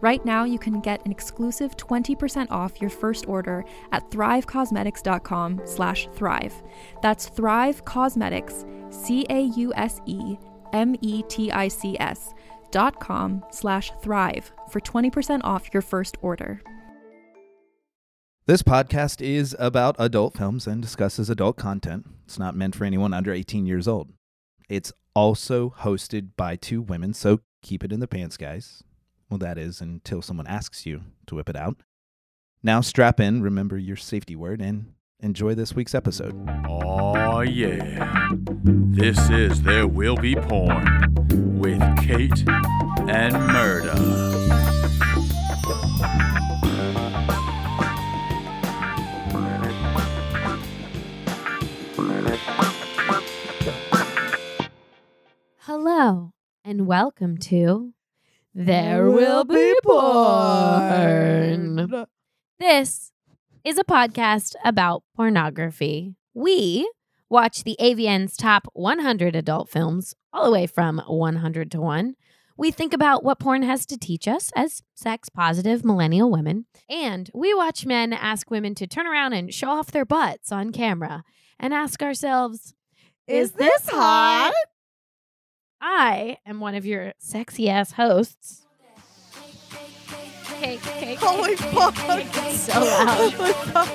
Right now, you can get an exclusive 20% off your first order at thrivecosmetics.com slash thrive. That's Thrive Cosmetics, E C-A-U-S-E-M-E-T-I-C-S dot com slash thrive for 20% off your first order. This podcast is about adult films and discusses adult content. It's not meant for anyone under 18 years old. It's also hosted by two women, so keep it in the pants, guys. Well, that is until someone asks you to whip it out. Now strap in, remember your safety word, and enjoy this week's episode. Oh yeah. This is There Will Be Porn with Kate and Murda. Hello and welcome to There Will Be Porn. This is a podcast about pornography. We watch the AVN's top 100 adult films, all the way from 100 to 1. We think about what porn has to teach us as sex positive millennial women. And we watch men ask women to turn around and show off their butts on camera and ask ourselves, Is this hot? I am one of your sexy ass hosts. Holy Oh fuck. Oh So loud. Holy fuck.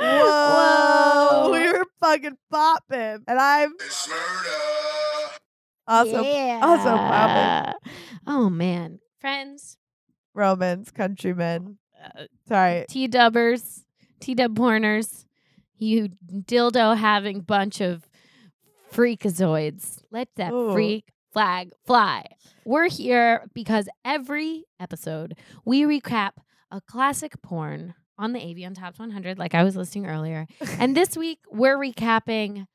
Whoa. We were fucking bopping. And I'm also also popping. Oh man, friends, Romans, countrymen. Sorry. T dubbers, T dub porners, you dildo having bunch of freakazoids. Let that Ooh. freak flag fly. We're here because every episode we recap a classic porn on the Avian Top 100, like I was listing earlier. and this week we're recapping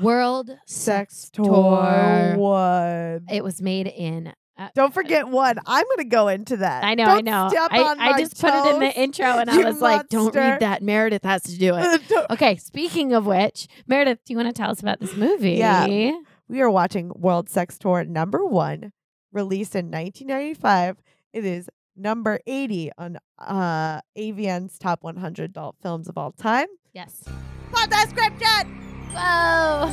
World Sex Tour. One. It was made in. Uh, Don't forget one. I'm gonna go into that. I know, Don't I know. Step I, on I my just put it in the toes. intro and I you was like, don't monster." read that. Meredith has to do it. Don't- Okay, speaking of which, Meredith, do you want to tell us about this movie? Yeah. We are watching World Sex Tour number one, released in 1995. It is number 80 on uh, AVN's top 100 adult films of all time. Yes. Pop that script, Jen! Whoa.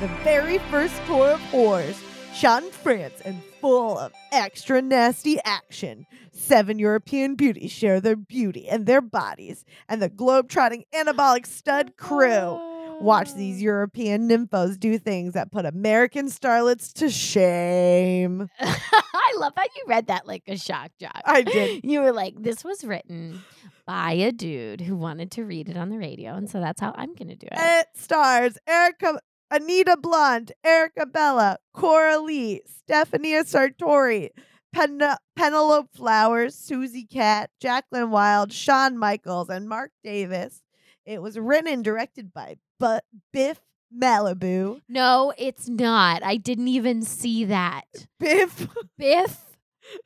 The very first tour of oars, shot in France and full of extra nasty action. Seven European beauties share their beauty and their bodies, and the globe-trotting anabolic stud crew. Watch these European nymphos do things that put American starlets to shame. I love how you read that like a shock jock. I did. You were like, this was written by a dude who wanted to read it on the radio. And so that's how I'm going to do it. It stars Erica, Anita Blonde, Erica Bella, Cora Lee, Stephania Sartori, Pen- Penelope Flowers, Susie Cat, Jacqueline Wilde, Sean Michaels, and Mark Davis. It was written and directed by but Biff Malibu. No, it's not. I didn't even see that. Biff Biff,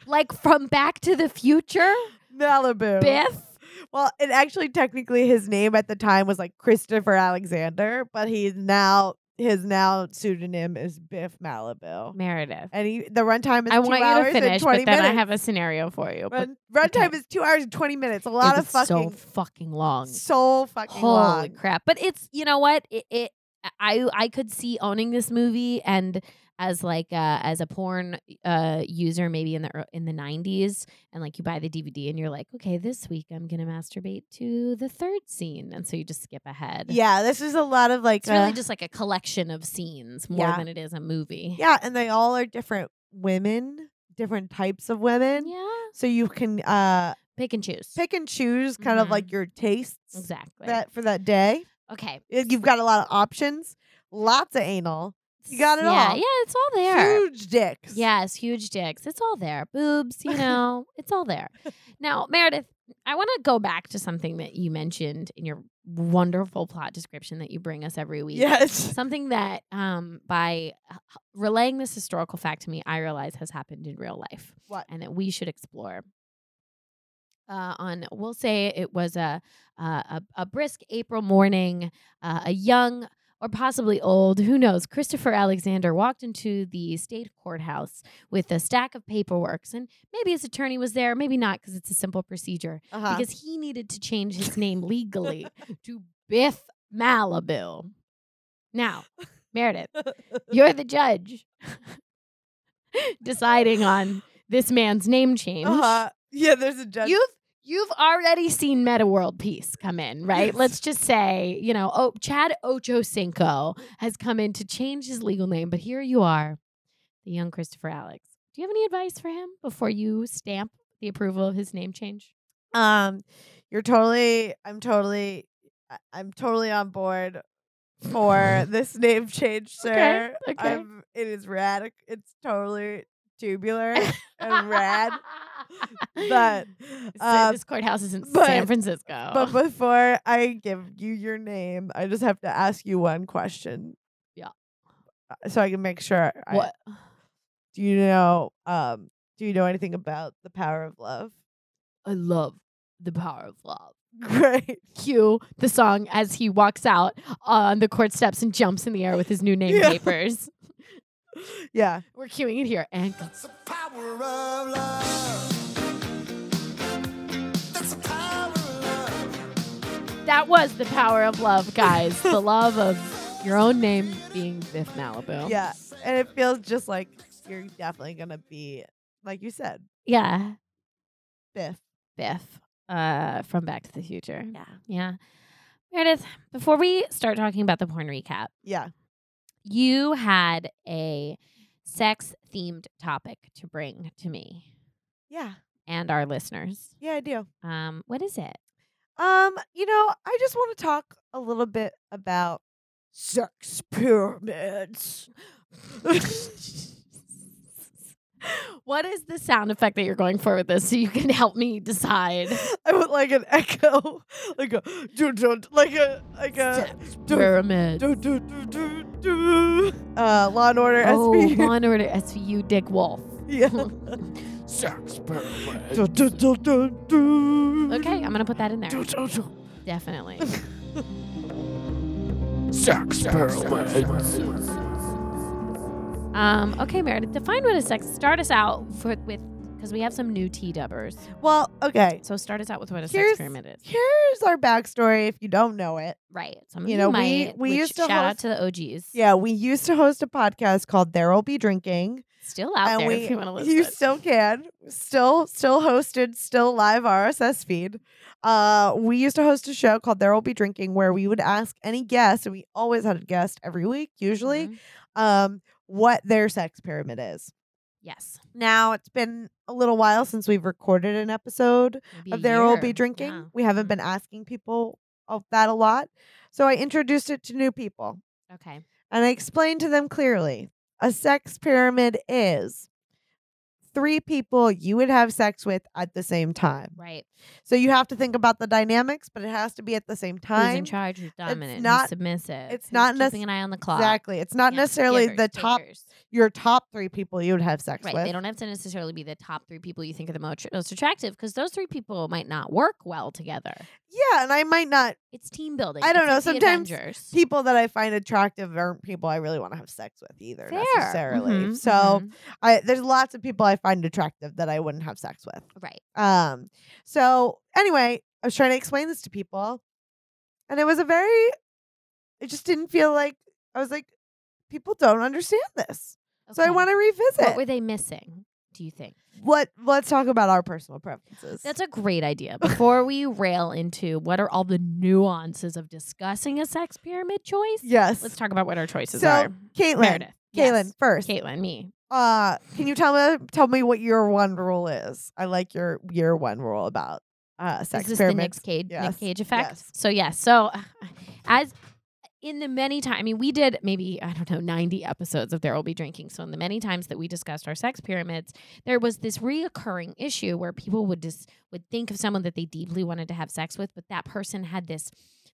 like from Back to the Future? Malibu. Biff? Well, and actually, technically, his name at the time was like Christopher Alexander, but he's now his now pseudonym is Biff Malibu. Meredith. And he the runtime is I two want you hours to finish, and but twenty then minutes. I have a scenario for you. But Run, runtime okay. is two hours and twenty minutes. A lot of it's so fucking fucking long. so fucking Holy long. crap! But it's you know what it, it I I could see owning this movie and as like uh, as a porn uh, user maybe in the ear- in the nineties and like you buy the DVD and you're like okay this week I'm gonna masturbate to the third scene and so you just skip ahead. Yeah, this is a lot of like it's really uh, just like a collection of scenes more Yeah. than it is a movie. yeah, and they all are different women, different types of women. yeah, So you can uh pick and choose. pick and choose kind of Mhm. like your tastes exactly. that for that day. okay, Y- Uh, You've got a lot of options, lots of anal, You got it yeah, all. Yeah, it's all there. huge dicks. Yes, huge dicks. It's all there. Boobs, you know, it's all there. Now, Meredith, I want to go back to something that you mentioned in your wonderful plot description that you bring us every week. Yes. Something that, um, by uh, relaying this historical fact to me, I realize has happened in real life What? and that we should explore. Uh, on we'll say it was a a, a, a brisk April morning. Uh, a young or possibly old, who knows? Christopher Alexander walked into the state courthouse with a stack of paperwork, and maybe his attorney was there, maybe not, because it's a simple procedure. Uh-huh. Because he needed to change his name legally to Biff Malibu. Now, Meredith, you're the judge deciding on this man's name change. uh-huh. Yeah, there's a judge. You've you've already seen Meta World Peace come in, right? Yes. Let's just say, you know, oh, Chad Ochocinco has come in to change his legal name, but here you are, the young Christopher Alex. Do you have any advice for him before you stamp the approval of his name change? um you're totally I'm totally I- I'm totally on board for this name change, Okay, sir. okay. I'm, it is radic it's totally tubular and rad. But So uh, this courthouse is in but- San Francisco. but before I give you your name, I just have to ask you one question. Yeah. Uh, So I can make sure I- what? do you know um do you know anything about the power of love? I love the power of love. Great. cue the song as he walks out on the court steps and jumps in the air with his new name Yeah. papers. Yeah. We're cueing it here. And That's the power of love. That's the power of love. that was the power of love, guys. the love of your own name being Biff Malibu. Yeah. And it feels just like you're definitely gonna be like you said, Yeah. Biff. Biff uh, from Back to the Future. Yeah. Yeah. Meredith, before we start talking about the porn recap, Yeah. you had a sex themed topic to bring to me Yeah. and our listeners. Yeah, I do. Um, what is it? Um, you know, I just want to talk a little bit about sex pyramids. what is the sound effect that you're going for with this so you can help me decide? I would like an echo, like a dun, dun, like a like a dun, Pyramid. dun, dun, dun, dun, dun. uh Law and Order Oh, SVU. Law and Order SVU Dick Wolf. yeah. Sex pyramid. Dun, dun, dun, dun, dun. Okay, I'm gonna put that in there. Dun, dun, dun. Definitely. Sex pyramid. Um, okay, Meredith, define what is sex. Start us out for, with because we have some new T dubbers. Well, okay. So start us out with what a Here's- sex pyramid is. Here's our backstory if you don't know it. Right. Some of You you know, we- might, we which used to shout out host- to the OGs. Yeah, we used to host a podcast called There'll Be Drinking. Still out and there we, if you want to listen. you still can. Still still hosted, still live RSS feed. Uh we used to host a show called There'll Be Drinking where we would ask any guest, and we always had a guest every week, usually, Mhm. um, what their sex pyramid is. Yes. Now it's been a little while since we've recorded an episode Maybe a of There Will year. Be Drinking. Yeah. We haven't been asking people of that a lot. So I introduced it to new people. Okay. And I explained to them clearly a sex pyramid is three people you would have sex with at the same time. Right. So you have to think about the dynamics, but it has to be at the same Who's in time. charge? Who's dominant? not- who's submissive? it's who's not keeping nec- an eye on the clock. Exactly. It's not Yeah, necessarily givers, the top takers. your top three people you would have sex Right. with. They don't have to necessarily be the top three people you think are the most, most attractive because those three people might not work well together. yeah, and I might not It's team building. I don't It's know, like the sometimes Avengers. people that I find attractive aren't people I really want to have sex with either Fair. necessarily. Mhm, so mhm. I there's lots of people I find attractive that I wouldn't have sex with. right. Um, so anyway, I was trying to explain this to people, and it was a very, it just didn't feel like I was like, people don't understand this, so I Okay. want to revisit. What were they missing? Do you think? what? Let's talk about our personal preferences. That's a great idea. Before we rail into what are all the nuances of discussing a sex pyramid choice, yes. let's talk about what our choices So, are. Caitlin, Meredith. Caitlin Yes. first. Caitlin, me. Uh, can you tell me tell me what your one rule is? I like your your one rule about uh sex is this the pyramids. Nick Cage, Yes. Nick Cage effect? Yes. So yes. So as in the many times, I mean, we did maybe I don't know ninety episodes of There Will Be Drinking. So in the many times that we discussed our sex pyramids, there was this reoccurring issue where people would just would think of someone that they deeply wanted to have sex with, but that person had this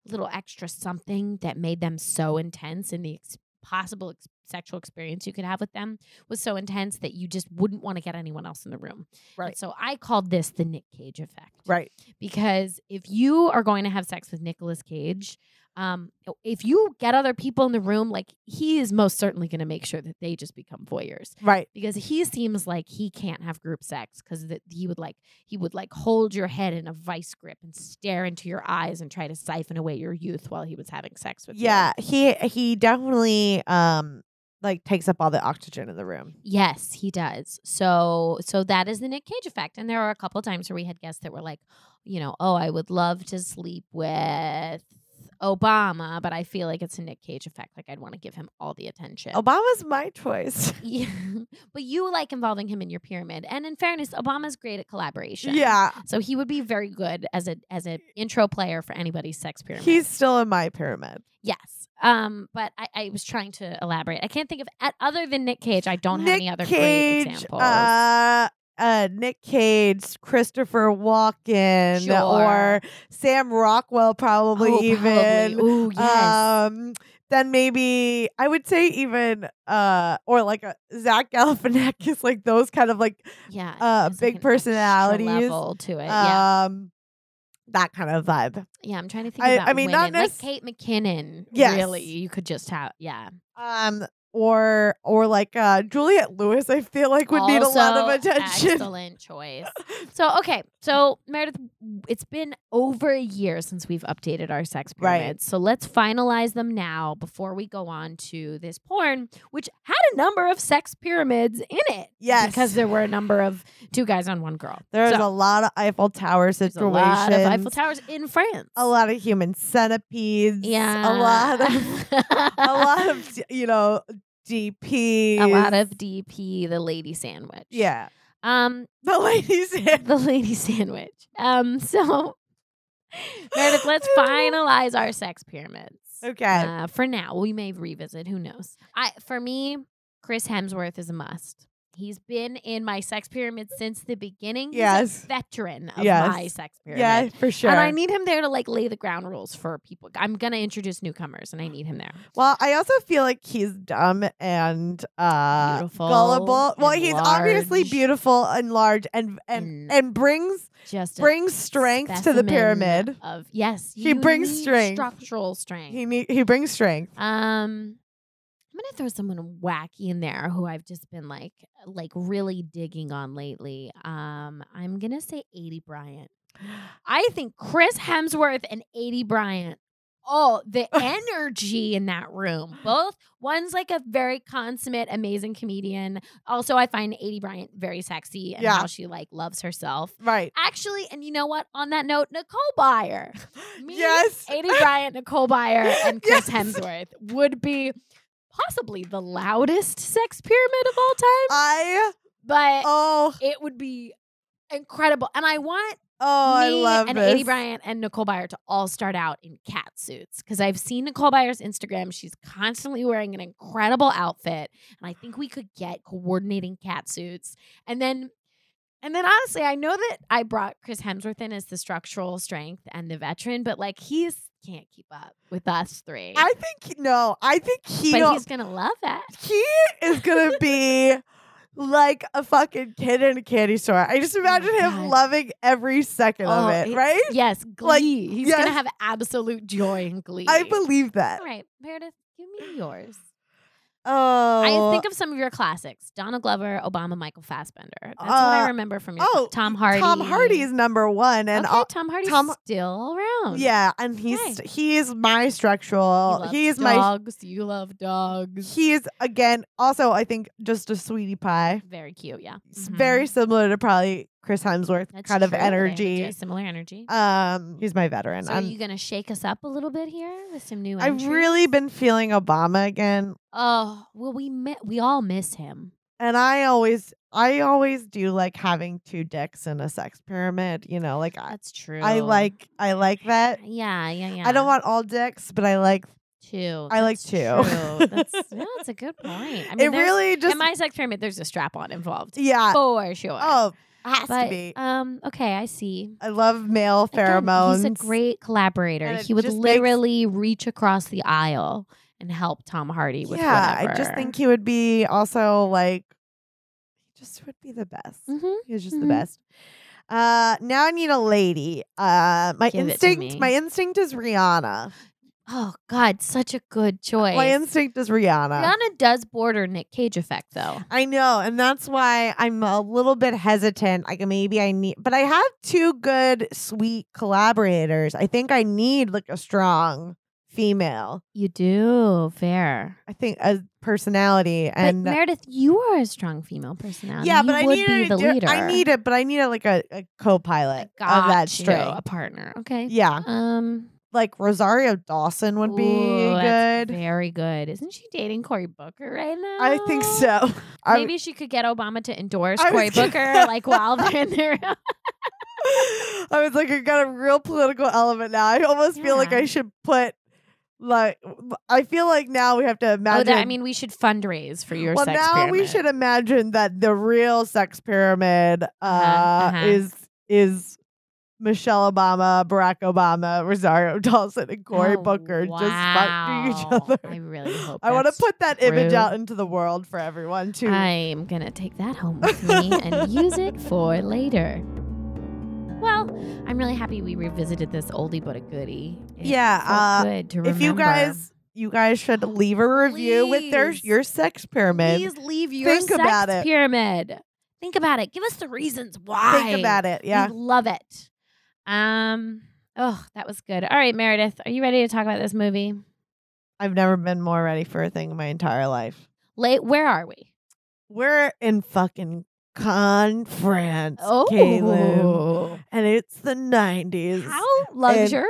little extra something that made them so intense and the ex- possible ex- sexual experience you could have with them was so intense that you just wouldn't want to get anyone else in the room. And Right. so I called this the Nick Cage effect Right. because if you are going to have sex with Nicolas Cage, um, if you get other people in the room, like he is most certainly going to make sure that they just become voyeurs Right. because he seems like he can't have group sex because he would like he would like hold your head in a vice grip and stare into your eyes and try to siphon away your youth while he was having sex with you. Yeah. He he definitely um like takes up all the oxygen in the room. Yes, he does. So so that is the Nick Cage effect. And there are a couple times where we had guests that were like, you know, oh, I would love to sleep with Obama, but I feel like it's a Nick Cage effect. Like I'd want to give him all the attention. Obama's my choice. yeah. But you like involving him in your pyramid. And in fairness, Obama's great at collaboration. Yeah. So he would be very good as a as an intro player for anybody's sex pyramid. He's still in my pyramid. yes. Um, but I, I was trying to elaborate. I can't think of at, other than Nick Cage, I don't have Nick any other Cage, great examples. Uh, uh, Nick Cage, Christopher Walken, Sure. or Sam Rockwell, probably Oh, even. probably. Ooh, yes. Um, then maybe I would say even uh, or like a Zach Galifianakis, like those kind of like yeah. uh, it's like big an extra personalities. level to it. yeah. um, that kind of vibe. uh, Yeah. I'm trying to think I- I about mean, not women. necess- like Kate McKinnon. Yes. Really, you could just have, yeah. Um, or or like uh, Juliet Lewis, I feel like would need a lot of Also, attention. Excellent choice. So, okay. So, Meredith, it's been over a year since we've updated our sex Right. pyramids. So, let's finalize them now before we go on to this porn, which had a number of sex pyramids in it. Yes. Because there were a number of two guys on one girl. There's So, a lot of Eiffel Tower there's situations. a lot of Eiffel Towers in France. a lot of human centipedes. Yeah. A lot of a lot of you know DPs. a lot of DP, the lady sandwich. yeah. Um, The ladies. the lady sandwich. Um, so Meredith, let's finalize our sex pyramids. Okay. Uh, for now, we may revisit. Who knows? I for me, Chris Hemsworth is a must. He's been in my sex pyramid since the beginning. He's a Yes. veteran of Yes. my sex pyramid. yeah, for sure. And I need him there to like lay the ground rules for people. I'm gonna introduce newcomers, and I need him there. well, I also feel like he's dumb and uh Beautiful gullible. Well, and he's obviously large. beautiful and large and and And- and brings Just a brings strength to the specimen pyramid. Of yes, He you brings need strength. structural strength. He need, he brings strength. Um, I'm gonna throw someone wacky in there who I've just been like, like really digging on lately. Um, I'm gonna say 80 Bryant. I think Chris Hemsworth and 80 Bryant. Oh, the energy in that room. Both one's like a very consummate, amazing comedian. Also, I find 80 Bryant very sexy and Yeah. how she like loves herself. Right. Actually, and you know what? On that note, Nicole Byer. Me, yes. Adi Bryant, Nicole Byer, and Chris Yes. Hemsworth would be possibly the loudest sex pyramid of all time, I but Uh, oh it would be incredible. And I want Oh, I me love and this. Adi Bryant and Nicole Byer to all start out in cat suits because I've seen Nicole Byer's Instagram. She's constantly wearing an incredible outfit, and I think we could get coordinating cat suits. And then, and then honestly, I know that I brought Chris Hemsworth in as the structural strength and the veteran, but like he's can't keep up with us three. I think no. I think he but al- he's gonna love it. he is gonna be like a fucking kid in a candy store. I just Oh my imagine him God. loving every second Oh, of it, it- right? Yes, glee. Like, he's gonna yes. have absolute joy and glee. I believe that. All right, Meredith, give me yours. Oh, I think of some of your classics: Donald Glover, Obama, Michael Fassbender. That's what Uh, I remember from your. oh, Tom Hardy. Tom Hardy is number one, and okay, all- Tom Hardy's Tom- still around. yeah, and he's Okay. st- he is my structural. he He loves is my. dogs. You love dogs. He is again also I think just a sweetie pie. Very cute. Yeah, It's Mhm. very similar to probably Chris Hemsworth That's kind of true. They have energy. very similar energy. Um, he's my veteran. so are I'm- you gonna shake us up a little bit here with some new? I've entries? really been feeling Obama again, Oh well, we mi- we all miss him. and I always, I always do like having two dicks in a sex pyramid. You know, like I, That's true. I like, I like that. Yeah, yeah, yeah. I don't want all dicks, but I like. two. I like That's two. true. That's no, it's a good point. I mean, it there's- really just, in my sex pyramid, there's a strap on involved. yeah. For sure. Oh, has but, to be. Um, okay, I see. I love male Again, pheromones. he's a great collaborator. And it He would just makes- literally reach across the aisle and help Tom Hardy with yeah, whatever. I just think he would be also like, he just would be the best. Mhm. He was just the Mhm. best. Uh, now I need a lady. Uh, my Give it to me. instinct, my instinct is Rihanna. Oh God, such a good choice. My instinct is Rihanna. Rihanna does border Nick Cage effect though. I know, and that's why I'm a little bit hesitant. Like maybe I need, but I have two good, sweet collaborators. I think I need like a strong female. You do, fair. I think a personality and uh, but Meredith, you are a strong female personality. yeah, You but I would need be a the di- leader. I need it, but I need a, like a, a co-pilot I of that got you, string. a partner. Okay. Yeah, Um, like Rosario Dawson would be Ooh, that's good. Very good. Isn't she dating Cory Booker right now? I think so. Oh. I- Maybe she could get Obama to endorse I was Cory gonna- Booker like while they're in their I was like, I got a real political element now. I almost feel like Yeah. I should put like I feel like now we have to imagine. Oh, that, I mean, we should fundraise for your well, sex now we pyramid. should imagine that the real sex pyramid uh, uh-huh. is is Michelle Obama, Barack Obama, Rosario Dawson, and Cory Oh, Booker just wow. fucking each other. I really hope I want to that's put that image true. out into the world for everyone too. I'm going to take that home with me and use it for later. Well, I'm really happy we revisited this oldie but a goodie. It Yeah, felt uh, good to remember. if you guys you guys should leave a review with their Please. your sex pyramid. Please leave your Think sex about it. pyramid. Think about it. Give us the reasons why. Think about it. Yeah. We love it. Um. Oh, that was good. All right, Meredith, are you ready to talk about this movie? I've never been more ready for a thing in my entire life. Late. Where are we? We're in fucking conference, Oh, Caleb. And it's the 90s. how luxurious.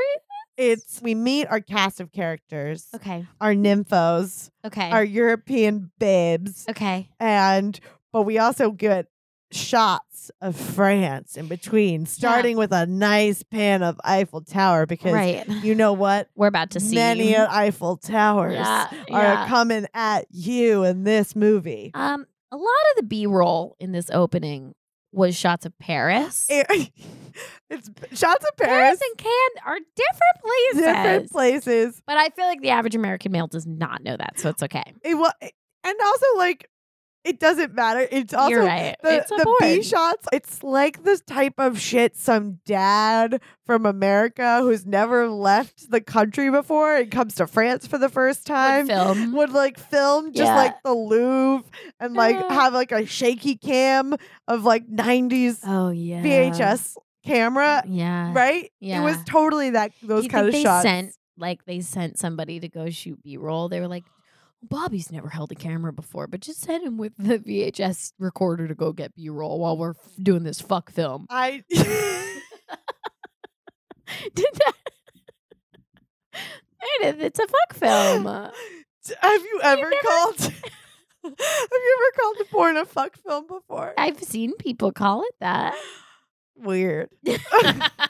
It's we meet our cast of characters, Okay. our nymphos, Okay. our European babes, okay. and but we also get shots of France in between, starting with a nice pan of Eiffel Tower because Right. you know what? We're about to see Many Eiffel Towers Yeah, are yeah. coming at you in this movie. Um. A lot of the B roll in this opening was shots of Paris. It- it's shots of Paris, Paris and Cannes are different places. different places. But I feel like the average American male does not know that, so it's okay. It wa- eh, and also like it doesn't matter. It's also You're right. the, it's a the B board. shots. It's like this type of shit some dad from America who's never left the country before and comes to France for the first time. Would film. would like film just Yeah. like the Louvre and like Yeah. have like a shaky cam of like 90s Oh yeah. Oh, VHS camera, Yeah. right? It was yeah. totally that those Do you kind think of they shots. sent like they sent somebody to go shoot B roll? They were like, Bobby's never held a camera before, but just send him with the VHS recorder to go get B roll while we're f- doing this fuck film. I Did that? Meredith, it's a fuck film. uh, have you ever never- called have you ever called the porn a fuck film before? I've seen people call it that. Weird. All right,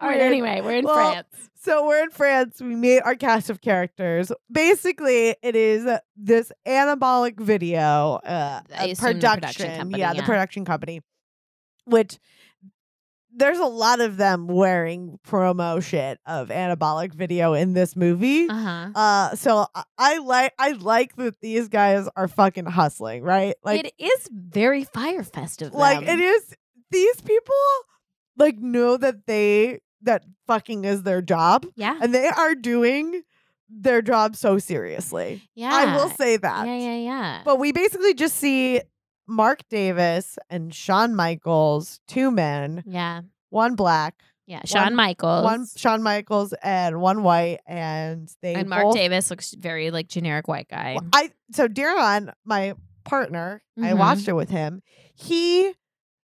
Weird. anyway, we're in Well, France. So we're in France. We meet our cast of characters. Basically, it is this anabolic video uh, I a assume production. the production company, yeah, the yeah. production company, which there's a lot of them wearing promo shit of anabolic video in this movie. Uh huh. Uh, so I, I like I like that these guys are fucking hustling, right? Like it is very fire festive. like it is these people like know that they that fucking is their job Yeah. and they are doing their job so seriously Yeah. i will say that Yeah, yeah, yeah. but we basically just see mark davis and Shawn michaels two men yeah. one black Yeah. Shawn Michaels. one Shawn michaels and one white and they and Mark both- Davis looks very like generic white guy. Well, I so Darren, my partner, I Mhm. watched it with him. He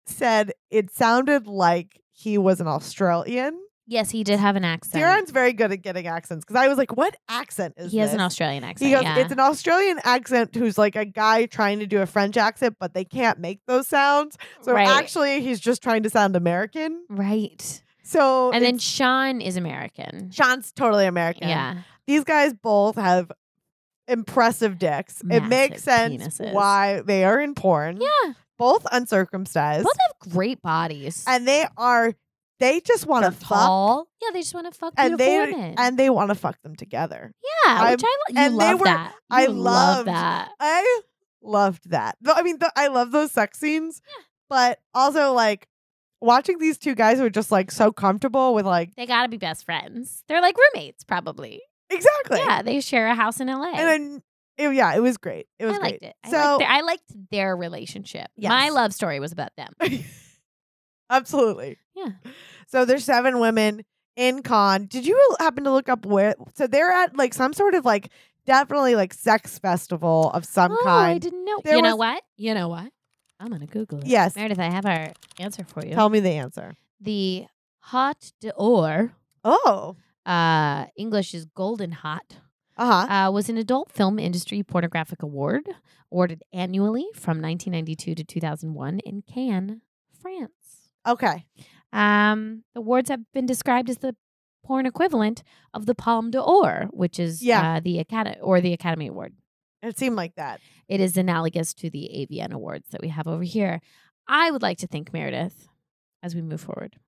said it sounded like he was an Australian. yes, he did have an accent. Darren's very good at getting accents because I was like, "What accent is he has an this?" Australian accent. He goes, yeah. "It's an Australian accent who's like a guy trying to do a French accent, but they can't make those sounds. So Right. actually, he's just trying to sound American." right. So And then it's- Sean is American. Sean's totally American. Yeah. these guys both have impressive dicks. it makes Massive sense penises. why they are in porn. Yeah. Both uncircumcised. Both have great bodies. and they are they just want to They're fuck tall. Yeah, they just want to fuck and they beautiful women. and they want to fuck them together. yeah, I- which I lo- you and they love were- that. I You love loved- that. I loved that. Though- I mean, th- I love those sex scenes, but also like watching these two guys who are just like so comfortable with like They gotta be best friends. They're like roommates, probably. exactly. Yeah, they share a house in LA. And then it, yeah, it was great. It was I liked great. it. I, So liked their, I liked their relationship. My Yes. love story was about them. Absolutely. Yeah. So there's seven women in con. Did you l- happen to look up where? So they're at like some sort of like definitely like sex festival of some oh, I kind. didn't know. There you know was- what? You know what? I'm gonna Google it. Yes. Meredith, I have our answer for you. Tell me the answer. the hot d'or, Oh. uh, English is golden hot, Uh huh. uh, was an adult film industry pornographic award awarded annually from 1992 to 2001 in Cannes, France. okay. Um, the awards have been described as the porn equivalent of the Palme d'Or, which is Yeah. uh, the Academy or the Academy Award. It seemed like that. It is analogous to the AVN awards that we have over here. I would like to think Meredith, as we move forward,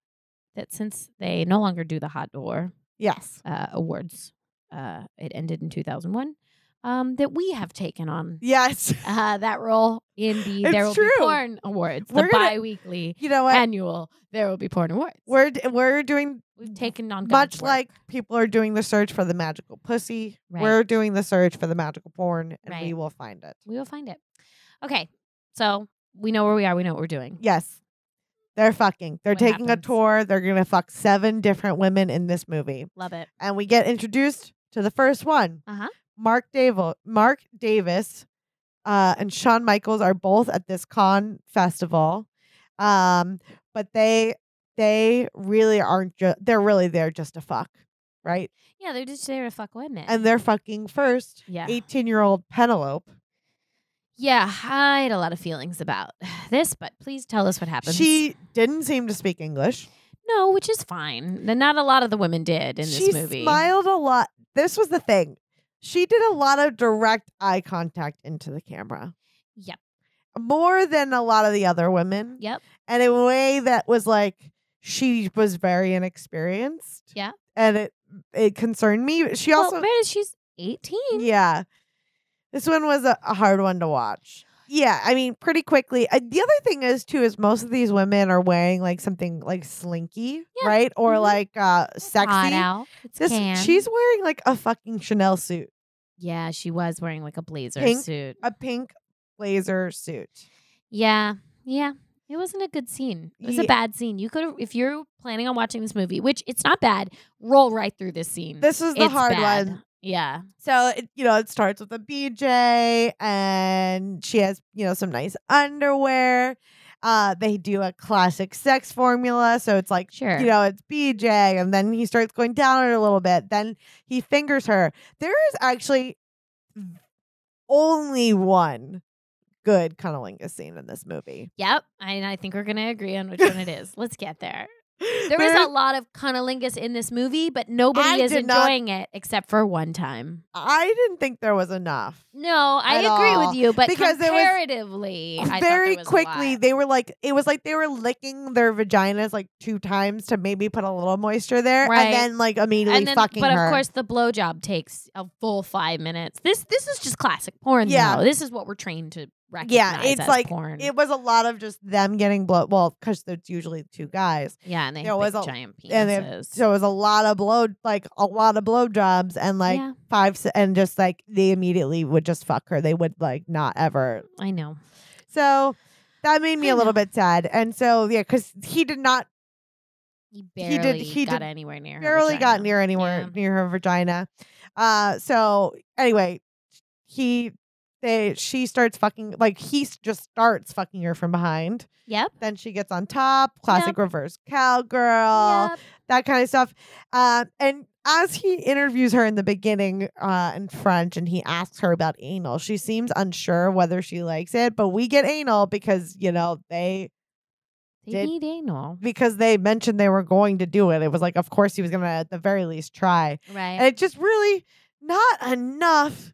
that since they no longer do the Hot d'Or Yes. uh, awards, uh, it ended in 2001, um, that we have taken on Yes. uh, that role in the It's There Will true. Be Porn Awards, the We're gonna- bi-weekly You know what? annual There Will Be Porn Awards. we're d- we're doing We've taken on God's much work. like people are doing the search for the magical pussy. We're Right. doing the search for the magical porn, and we Right. will find it. We will find it. Okay. So we know where we are. We know what we're doing. Yes. They're fucking. They're What taking happens? a tour. They're going to fuck seven different women in this movie. Love it. And we get introduced to the first one. Uh-huh. Mark Davis, Mark Davis uh, and Shawn Michaels are both at this con festival. Um, but they they really aren't ju- they're really there just to fuck, right? Yeah, they're just there to fuck women. And they're fucking first yeah. 18-year-old Penelope. yeah, I had a lot of feelings about this, but please tell us what happens. She didn't seem to speak English. no, which is fine. Then Not a lot of the women did in she this movie. smiled a lot. This was the thing. She did a lot of direct eye contact into the camera, Yep. more than a lot of the other women, Yep. and in a way that was like she was very inexperienced. Yeah. and it it concerned me. She Well, also, Meredith, she's eighteen. yeah, this one was a, a hard one to watch. Yeah, I mean, pretty quickly. Uh, the other thing is too is most of these women are wearing like something like slinky, Yeah. right, or Mhm. like uh, It's sexy. Hot out. It's This Cannes. she's wearing like a fucking Chanel suit, yeah. She was wearing like a blazer Pink. suit. a pink blazer suit. Yeah, yeah. It wasn't a good scene. It was a Ye- bad scene. You could, have if you're planning on watching this movie, which it's not bad, roll right through this scene. This is the It's hard bad. one. Yeah, So it, you know, it starts with a BJ, and she has you know some nice underwear. Uh, they do a classic sex formula, so it's like sure. you know it's BJ, and then he starts going down on her a little bit. Then he fingers her. There is actually only one good cunnilingus scene in this movie. Yep. And I think we're going to agree on which one it is. Let's get there. There is There- a lot of cunnilingus in this movie, but nobody I is did not- enjoying it except for one time. I didn't think there was enough. No, I At agree all. with you, but Because there was- comparatively, I thought there Very was a quickly, lot. they were like, it was like they were licking their vaginas like two times to maybe put a little moisture there, Right. and then like immediately and then, fucking but her. of course, the blowjob takes a full five minutes. This this is just classic porn. Yeah. though. this is what we're trained to recognize. yeah, it's as like porn. it was a lot of just them getting blow. Well, because it's usually two guys, yeah, and they there have was big a- giant penises. and they- so it was a lot of blow, like a lot of blow jobs, and like Yeah. five, se- and just like they immediately would just fuck her. They would like not ever I know. So that made me I a little bit sad. And so yeah, because he did not He He did- barely he got did- anywhere near. her barely got vagina. near anywhere Yeah. near her vagina. Uh, so anyway, he they she starts fucking like he s- just starts fucking her from behind. Yep. Then she gets on top, classic reverse cowgirl, Yep. that kind of stuff. Um, and as he interviews her in the beginning uh, in French and he asks her about anal, she seems unsure whether she likes it, but we get anal because, you know, they They did- need anal, because they mentioned they were going to do it. It was like, of course, he was going to at the very least try. And right? it just really not enough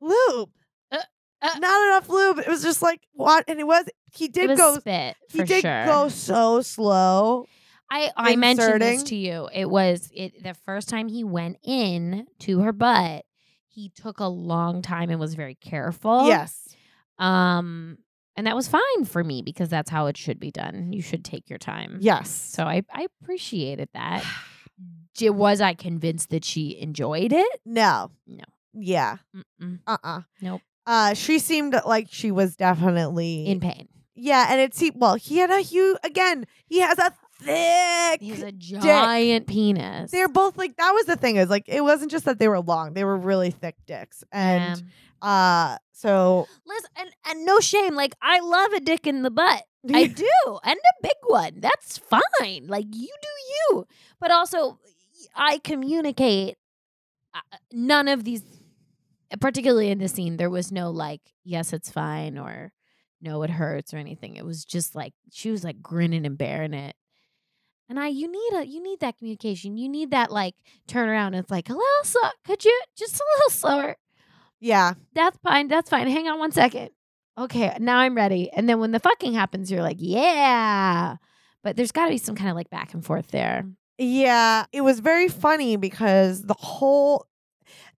lube. Uh, uh. not enough lube. It was just like what, and it was he It did was go. spit He for did sure. go so slow. I I mentioned this inserting. to you. It was it the first time he went in to her butt. He took a long time and was very careful. yes, Um, and that was fine for me because that's how it should be done. You should take your time. yes. mm-hmm. So I I appreciated that. J- was I convinced that she enjoyed it? no, No. yeah, Mm-mm. uh, uh Nope. Uh, she seemed like she was definitely In pain. yeah, and it seemed well. He had a huge again. He has a thick. He's a giant penis. They're both like that was the thing is like it wasn't just that they were long, they were really thick dicks. Yeah. And uh so Listen, and, and no shame. Like I love a dick in the butt. I do, and a big one. That's fine. Like you do you, but also I communicate. Uh, none of these, particularly in this scene, there was no like, yes, it's fine, or no, it hurts, or anything. It was just like she was like grinning and bearing it. And I, you need a, you need that communication. You need that like turnaround. It's like a little slow. Could you just a little slower? yeah. that's fine. That's fine. Hang on one second. Okay, now I'm ready. And then when the fucking happens, you're like, yeah. But there's got to be some kind of like back and forth there. Yeah. It was very funny because the whole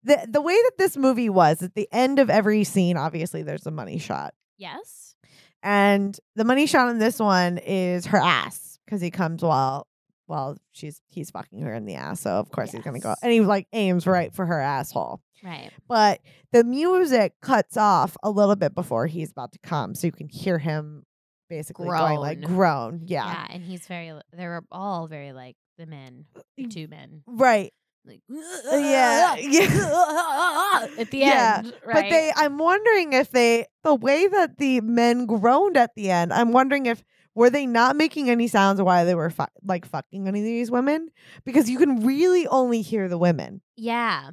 the the way that this movie was at the end of every scene, obviously there's a money shot. Yes. And the money shot in this one is her ass because he comes while while she's he's fucking her in the ass. So of course he's gonna go Yes. and he like aims right for her asshole. Right. but the music cuts off a little bit before he's about to come, so you can hear him basically going like Groan. groan. Yeah. Yeah. And he's very, li- they were all very like the men, the two men. Right. Like, Yeah. Yeah. At the Yeah, end. Right. But they I'm wondering if they the way that the men groaned at the end, I'm wondering if were they not making any sounds while they were fu- like fucking any of these women? Because you can really only hear the women. yeah.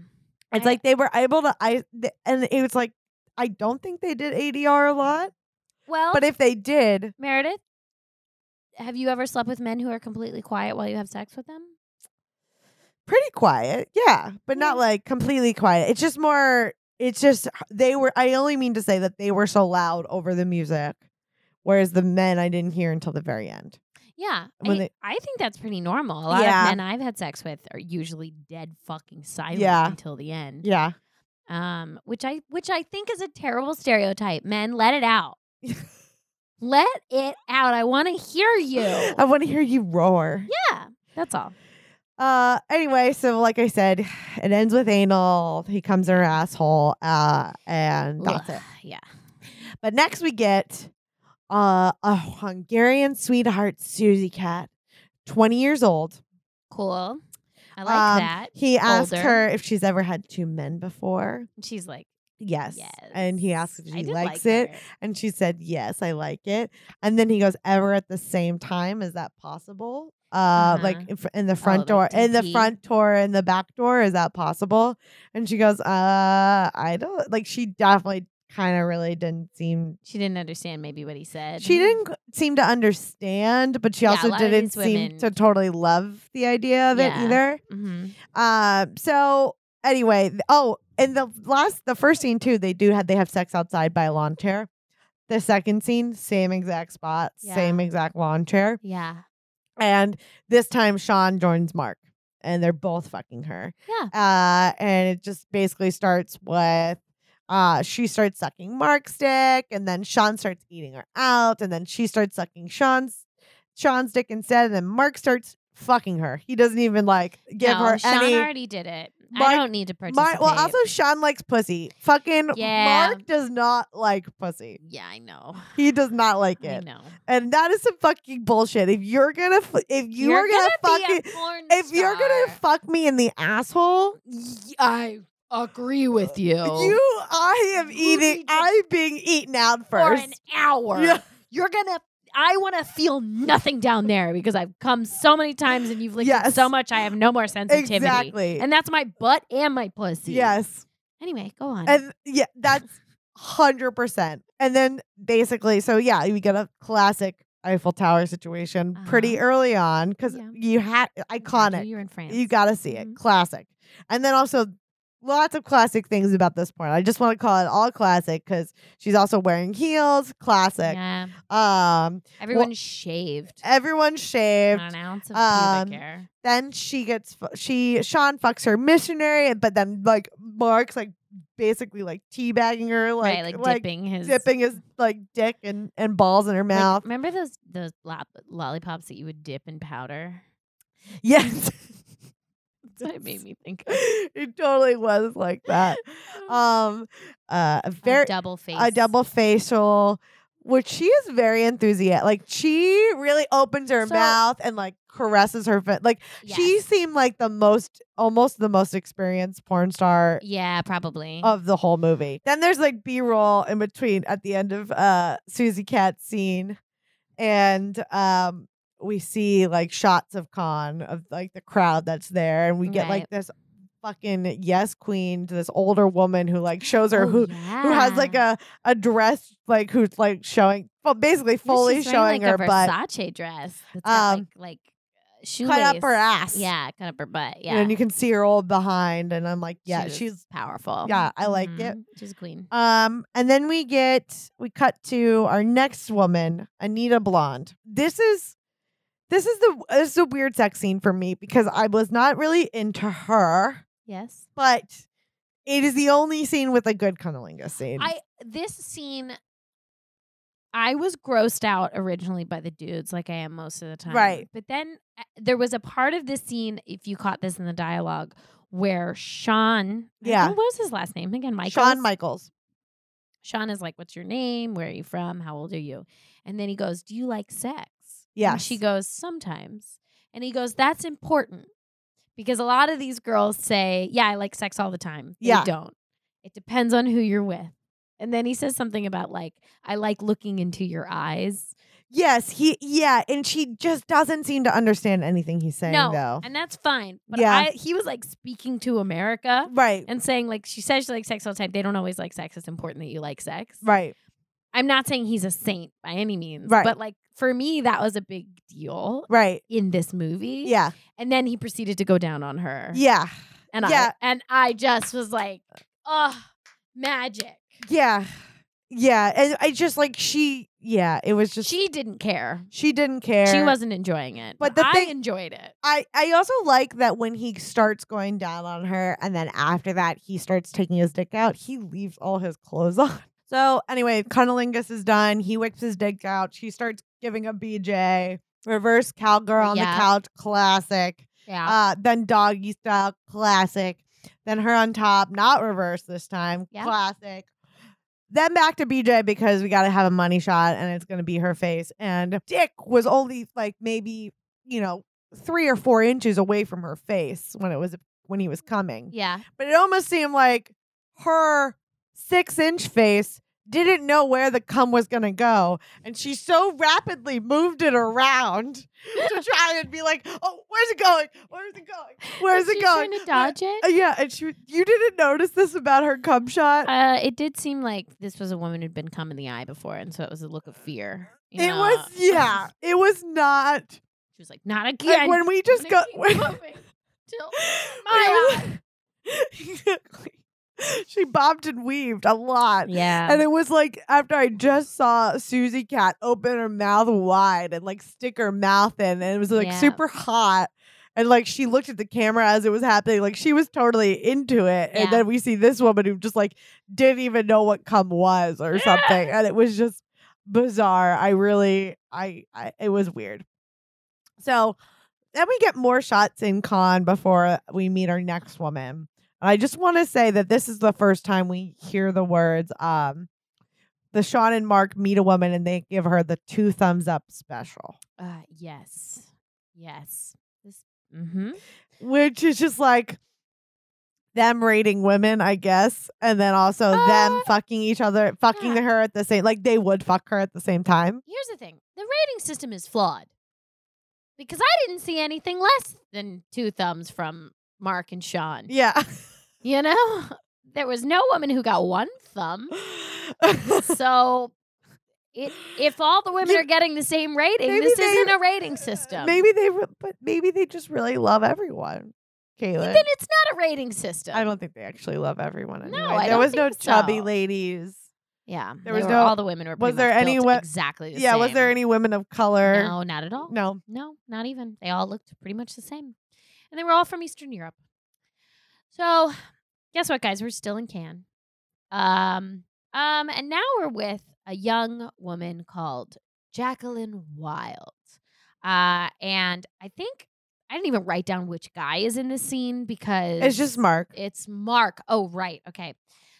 It's I- like they were able to I th- and it was like I don't think they did ADR a lot, Well, but if they did, Meredith, have you ever slept with men who are completely quiet while you have sex with them? pretty quiet yeah but not Yeah. like completely quiet it's just more it's just they were i only mean to say that they were so loud over the music whereas the men i didn't hear until the very end Yeah. When I, they- I think that's pretty normal. A lot Yeah. of men I've had sex with are usually dead fucking silent Yeah. until the end. yeah Um, which I which I think is a terrible stereotype. Men, let it out. let it out. I want to hear you. i want to hear you roar yeah. That's all. uh anyway so like i said it ends with anal he comes in her asshole uh and that's Ugh, it Yeah. but next we get uh a hungarian sweetheart susie cat 20 years old Cool. I like Um, that. He asked Older. her if she's ever had two men before. And she's like, Yes. yes. And he asked if I she did likes like it. her. And she said, Yes, I like it. And then he goes, Ever at the same time? Is that possible? Uh, like Uh-huh. in, fr- in the front like door, in the DP. front door, in the back door, is that possible? And she goes, Uh, I don't like. She definitely kind of really didn't seem. She didn't understand maybe what he said. She didn't qu- seem to understand, but she Yeah, a also lot of didn't these seem women- to totally love the idea of Yeah. it either. hmm Um. So anyway, th- oh, and the last, the first scene too, they do have they have sex outside by a lawn chair. The second scene, same exact spot, same exact lawn chair, Yeah. and this time Sean joins Mark, and they're both fucking her. Yeah. Uh, and it just basically starts with. Uh, she starts sucking Mark's dick, and then Sean starts eating her out, and then she starts sucking Sean's Sean's dick instead, and then Mark starts fucking her. He doesn't even like give no, her Sean any. already did it. Mark- I don't need to Mar- participate. well, also Sean likes pussy. Fucking Yeah. Mark does not like pussy. yeah, I know. He does not like I it, know. and that is some fucking bullshit. If you're gonna, f- if you are gonna, fucking, be a porn if you're gonna star. fuck me in the asshole, I agree with you. Uh, you, I am You eating. need to- I'm being eaten out for first. an hour. Yeah. You're gonna. I want to feel nothing down there because I've come so many times and you've licked it Yes. so much. I have no more sensitivity, Exactly. and that's my butt and my pussy. yes, Anyway, go on. and yeah, that's hundred percent. And then basically, so yeah, we get a classic Eiffel Tower situation pretty Uh-huh. early on because Yeah. you had Mind you, iconic. You're in France. You got to see it. Mhm. Classic. And then also lots of classic things about this porn. I just want to call it all classic because she's also wearing heels. Classic. Yeah. Um, Everyone shaved. everyone shaved. Not an ounce of Um, pubic hair. Then she gets fu- she Sean fucks her missionary, but then like Mark's like basically like teabagging her, like right, like, dipping dipping his his like dick and and balls in her like, mouth. remember those those lop- lollipops that you would dip in powder? yes. That's what it made me think. of. it totally was like that. Um uh a a very double face. a double facial, which she is very enthusiastic. Like she really opens her So- mouth and like caresses her face. Like she Yes. seemed like the most, almost the most experienced porn star Yeah, probably. of the whole movie. Then there's like B roll in between at the end of uh Susie Cat's scene, and um we see like shots of Khan of like the crowd that's there, and we get Right. like this fucking yes queen to this older woman who like shows her Oh, who who has like yeah. a a dress like who's like showing well basically fully she's showing wearing, like, her a butt Versace dress. That's got, Um, like, like shoelace. cut up her ass Yeah, cut up her butt. You Yeah, know, and you can see her old behind and i'm like yeah She was she's powerful. yeah, I like it. Mhm. She's a queen. um and then we get we cut to our next woman anita blonde this is this is the this is a weird sex scene for me because i was not really into her yes, but it is the only scene with a good cunnilingus scene I. This scene, I was grossed out originally by the dudes, like I am most of the time. Right. but then uh, there was a part of this scene, if you caught this in the dialogue, where Sean, I Yeah. don't- what was his last name again? Michael. sean michaels Sean is like, What's your name? Where are you from? How old are you? And then he goes, Do you like sex? Yeah. Yes. she goes, Sometimes. And he goes, That's important. Because a lot of these girls say, Yeah, I like sex all the time. They Yeah. don't. It depends on who you're with. And then he says something about like, I like looking into your eyes. Yes, he yeah, and she just doesn't seem to understand anything he's saying no. though. And that's fine. But Yeah. I he was like speaking to America Right. and saying, like, she says she likes sex all the time. They don't always like sex. It's important that you like sex. Right. I'm not saying he's a saint by any means, Right. but like for me, that was a big deal Right. in this movie. Yeah. and then he proceeded to go down on her. Yeah. and yeah. I and I just was like, oh, magic. Yeah. Yeah. And I just like she yeah, it was just she, She didn't care. didn't care. She wasn't enjoying it, But but, the I thing- enjoyed it. I, I also like that when he starts going down on her and then after that he starts taking his dick out, he leaves all his clothes on. So anyway, cunnilingus is done. He whips his dick out. She starts giving a BJ. Reverse cowgirl on Yeah. the couch, classic. Yeah, Uh, then doggy style, classic. Then her on top, not reverse this time, Yeah. classic. Then back to BJ because we got to have a money shot and it's going to be her face. And Dick was only like maybe, you know, three or four inches away from her face when it was when he was coming. yeah. But it almost seemed like her six inch face didn't know where the cum was going to go. And she so rapidly moved it around to try and be like, oh, where's it going? Where's it going? Where's Was it she going? Trying to Where- dodge Uh, it. yeah, and she, you didn't notice this about her cum shot? Uh, it did seem like this was a woman who'd been cum in the eye before, and so it was a look of fear. you it know? was, yeah, it was not. She was like, "Not again." Like when we just They go. keep when- moving till when we- she bobbed and weaved a lot. yeah. And it was like after I just saw Susie Cat open her mouth wide and like stick her mouth in, and it was like Yeah. super hot. And like she looked at the camera as it was happening, like she was totally into it. Yeah. And then we see this woman who just like didn't even know what cum was or something, and it was just bizarre. I really, I, I, it was weird. So then we get more shots in con before we meet our next woman. And I just want to say that this is the first time we hear the words um the Sean and Mark meet a woman and they give her the two thumbs up special. Uh, yes. Yes. This. Mm-hmm. Which is just like them rating women, I guess, and then also them Uh, fucking each other, fucking yeah. her at the same like they would fuck her at the same time. Here's the thing: the rating system is flawed because I didn't see anything less than two thumbs from Mark and Sean. Yeah. You know, there was no woman who got one thumb. So, it, if all the women You- are getting the same rating, Maybe this they- uh, isn't a rating system. Maybe they re- but maybe they just really love everyone. Caitlin. then it's not a rating system. I don't think they actually love everyone anyway. No, I there don't was no think chubby so. ladies. yeah, There they was were- no- all the women were. pretty was there much any built wo- exactly the yeah, was there same. any women of color? No, not at all. No. No, not even. They all looked pretty much the same. And they were all from Eastern Europe. So, guess what, guys? We're still in Cannes. Um, um, and now we're with a young woman called Jacqueline Wild. Uh, and I think I didn't even write down which guy is in this scene because It's just Mark. it's Mark. Oh, right. Okay.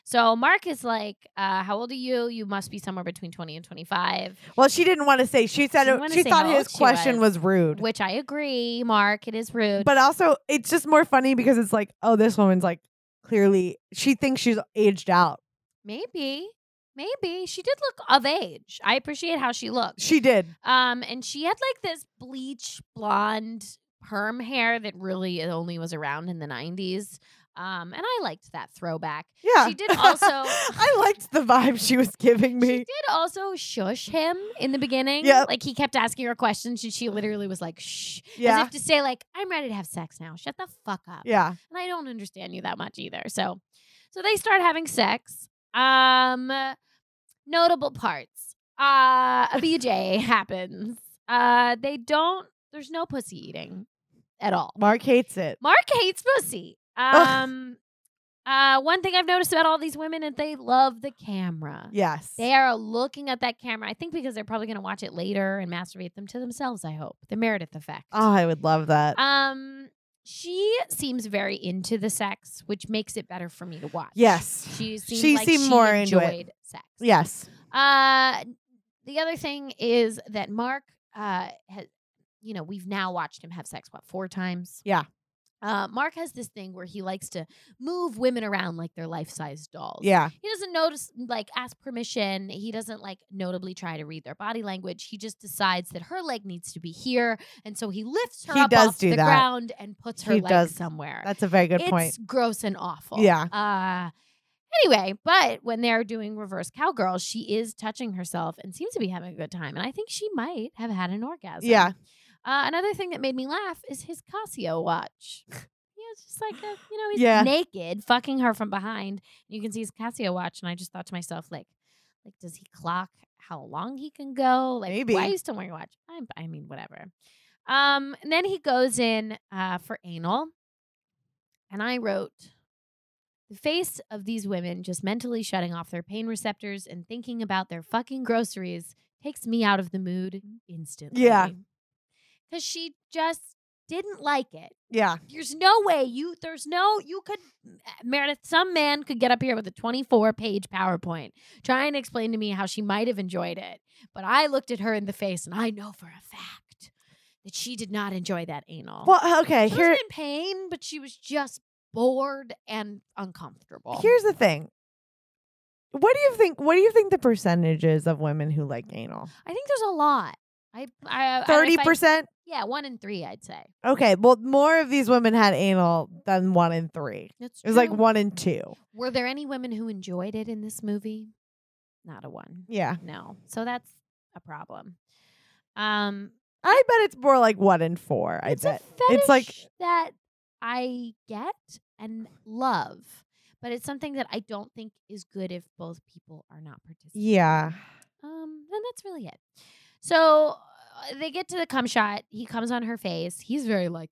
So Mark is like, uh, how old are you? You must be somewhere between 20 and 25. Well, she didn't want to say. She said didn't it- wanna she say thought how his old she question was. was, rude. Which I agree, Mark. It is rude. But also, it's just more funny because it's like, oh, this woman's like clearly she thinks she's aged out. Maybe. Maybe. She did look of age. I appreciate how she looked. She did. Um, and she had like this bleach blonde perm hair that really only was around in the nineties. Um, and I liked that throwback. Yeah. She did also- I liked the vibe she was giving She me. did also shush him in the beginning. Yep. Like he kept asking her questions and she literally was like, shh. As Yeah. if to say, like, I'm ready to have sex now. Shut the fuck up. Yeah. and I don't understand you that much either. So, so they start having sex. Um, notable parts: uh, a BJ happens. Uh, they don't. There's no pussy eating at all. Mark hates it. Mark hates pussy. Um, uh, one thing I've noticed about all these women is they love the camera. Yes. They are looking at that camera. I think because they're probably going to watch it later and masturbate them to themselves. I hope the Meredith effect. Oh, I would love that. Um, she seems very into the sex, which makes it better for me to watch. yes. she seemed She like seemed she more into enjoyed it. sex. Yes. Uh, the other thing is that Mark uh has, you know, we've now watched him have sex what four times. Yeah. Uh, Mark has this thing where he likes to move women around like they're life-size dolls. Yeah. He doesn't notice, like, ask permission. He doesn't, like, notably try to read their body language. He just decides that her leg needs to be here. And so he lifts her He up does off do the that. ground and puts her He leg does. somewhere. That's a very good it's point. gross and awful. Yeah. Uh, anyway, but when they're doing reverse cowgirl, she is touching herself and seems to be having a good time. And I think she might have had an orgasm. Yeah. Uh, another thing that made me laugh is his Casio watch. Yeah, it's just like a, you know he's Yeah. naked, fucking her from behind. You can see his Casio watch, and I just thought to myself, like, like does he clock how long he can go? Like, Maybe. why are you still wearing a watch? I, I mean, whatever. Um, and then he goes in uh, for anal, and I wrote the face of these women just mentally shutting off their pain receptors and thinking about their fucking groceries takes me out of the mood instantly. Yeah. Cause she just didn't like it. Yeah. There's no way you there's no you could Meredith, some man could get up here with a 24 page PowerPoint trying to explain to me how she might have enjoyed it. But I looked at her in the face and I know for a fact that she did not enjoy that anal. Well, okay. she Here, was in pain, but she was just bored and uncomfortable. here's the thing What do you think? What do you think the percentage is of women who like anal? I think there's a lot. I, I I- if I- Thirty percent. Yeah, one in three, I'd say. Okay, well, more of these women had anal than one in three. That's It was like one in two. Were there any women who enjoyed it in this movie? Not a one. Yeah, No. So that's a problem. Um, I bet it's more like one in four. I it's bet a fetish it's like that I get and love, but it's something that I don't think is good if both people are not participating. yeah, Um, and that's really it. So uh, they get to the cum shot. He comes on her face. He's very like,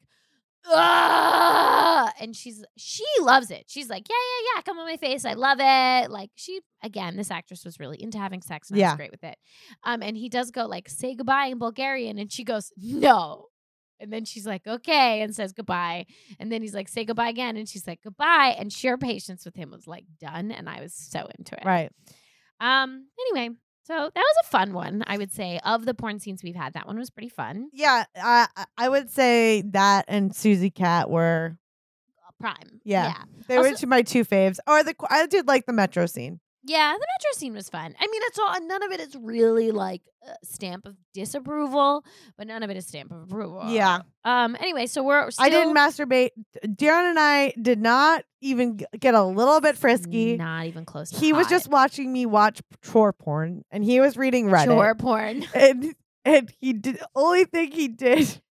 ah, and she's she loves it. She's like, yeah, yeah, yeah, come on my face. I love it. Like she again, this actress was really into having sex and I was Yeah. great with it. Um, and he does go like, say goodbye in Bulgarian, and she goes, no. And then she's like, okay, and says goodbye. And then he's like, say goodbye again. And she's like, goodbye. And sheer patience with him was like done. And I was so into it. right. Um. Anyway, so that was a fun one, I would say. Of the porn scenes we've had, that one was pretty fun. Yeah, I I- I would say that and Susie Cat were Prime. Uh, Yeah. Yeah. they were Also- two my two faves. Or the I did like the metro scene. Yeah, the metro scene was fun. I mean, it's all none of it is really like a stamp of disapproval, but none of it is stamp of approval. Yeah. Um. Anyway, so we're. Still I didn't masturbate. Darren and I did not even g- get a little bit frisky. Not even close. To he was hot. just watching me watch chore porn, and he was reading Reddit. chore porn. and and he did only thing he did.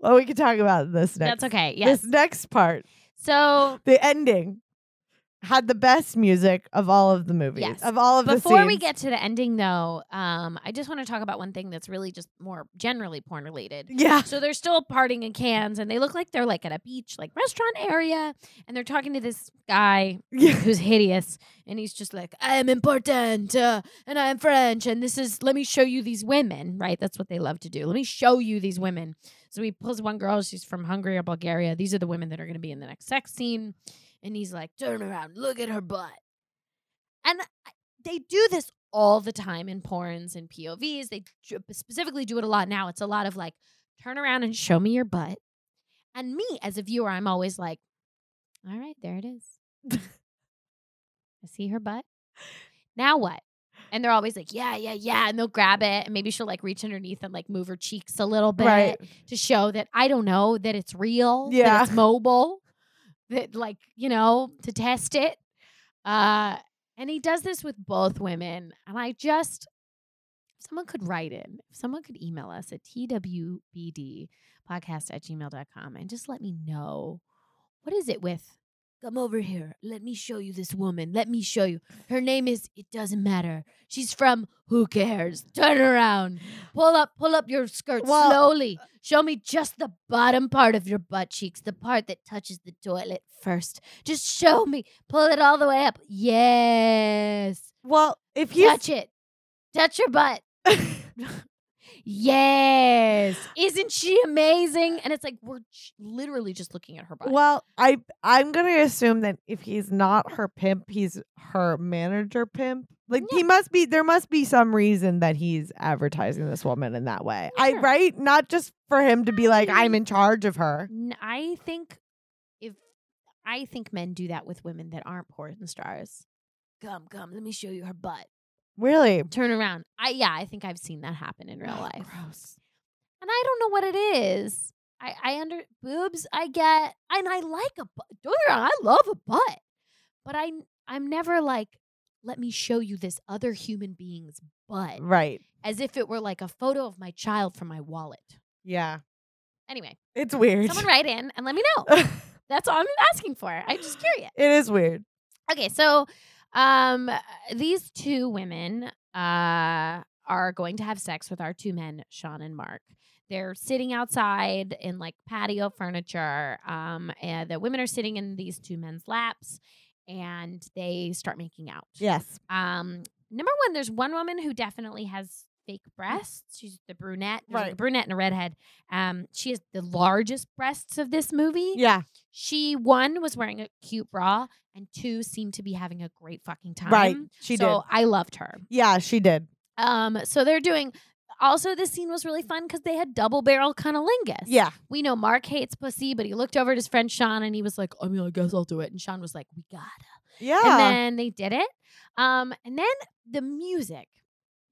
Well, we can talk about this next. That's okay. Yes. This next part, so the ending, had the best music of all of the movies. Yes. Of all of the Before we scenes. get to the ending, though, um, I just want to talk about one thing that's really just more generally porn related. Yeah. So they're still partying in cans, and they look like they're like at a beach, like restaurant area, and they're talking to this guy Yeah. who's hideous, and he's just like, "I am important, uh, and I am French, and this is let me show you these women, right? That's what they love to do. Let me show you these women." So he pulls one girl; she's from Hungary or Bulgaria. These are the women that are going to be in the next sex scene, and he's like, "Turn around, look at her butt," and I- they do this all the time in porns and POVs. They j- specifically do it a lot now. It's a lot of like, "Turn around and show me your butt," and me as a viewer, I'm always like, "All right, there it is." I see her butt. Now what? And they're always like, yeah, yeah, yeah. And they'll grab it. And maybe she'll like reach underneath and like move her cheeks a little bit Right. to show that, I don't know, that it's real, Yeah. that it's mobile, that like, you know, to test it. Uh, and he does this with both women. And I just, if someone could write in, if someone could email us at twbdpodcast at gmail.com and just let me know what is it with Come over here. Let me show you this woman. Let me show you. Her name is it doesn't matter. She's from who cares? Turn around. Pull up pull up your skirt Well- slowly. Show me just the bottom part of your butt cheeks, the part that touches the toilet first. Just show me. Pull it all the way up. Yes. Well, if he's Touch it. Touch your butt. yes. Isn't she amazing? And it's like we're j- literally just looking at her butt. well, I I'm gonna assume that if he's not her pimp, he's her manager pimp. Like he must be. There must be some reason that he's advertising this woman in that way. I Sure. right? Not just for him to be like I'm in charge of her. N- I think if I think men do that with women that aren't porn stars. Come, come, let me show you her butt. Really? Turn around. I yeah, I think I've seen that happen in real life. And I don't know what it is. I I under boobs I get and I like a butt. Don't get me wrong, I love a butt. But I I'm never like let me show you this other human being's butt Right. as if it were like a photo of my child from my wallet. Yeah. Anyway, It's weird. someone write in and let me know. it That's all I'm asking for. I'm just curious. is weird. Okay, so um these two women uh are going to have sex with our two men, Sean and Mark. They're sitting outside in like patio furniture. Um and the women are sitting in these two men's laps and they start making out. Yes. Um number one, there's one woman who definitely has fake breasts. She's the brunette. There's, like, Right. a brunette and a redhead. Um she has the largest breasts of this movie. Yeah. She one was wearing a cute bra, and two seemed to be having a great fucking time. Right. She so I loved her. did. Yeah, she did. Um, so they're doing. Also, this scene was really fun because they had double barrel cunnilingus. Yeah. We know Mark hates pussy, but he looked over at his friend Sean and he was like, I mean, I guess I'll do it. And Sean was like, We gotta. Yeah. And then they did it. Um, and then the music.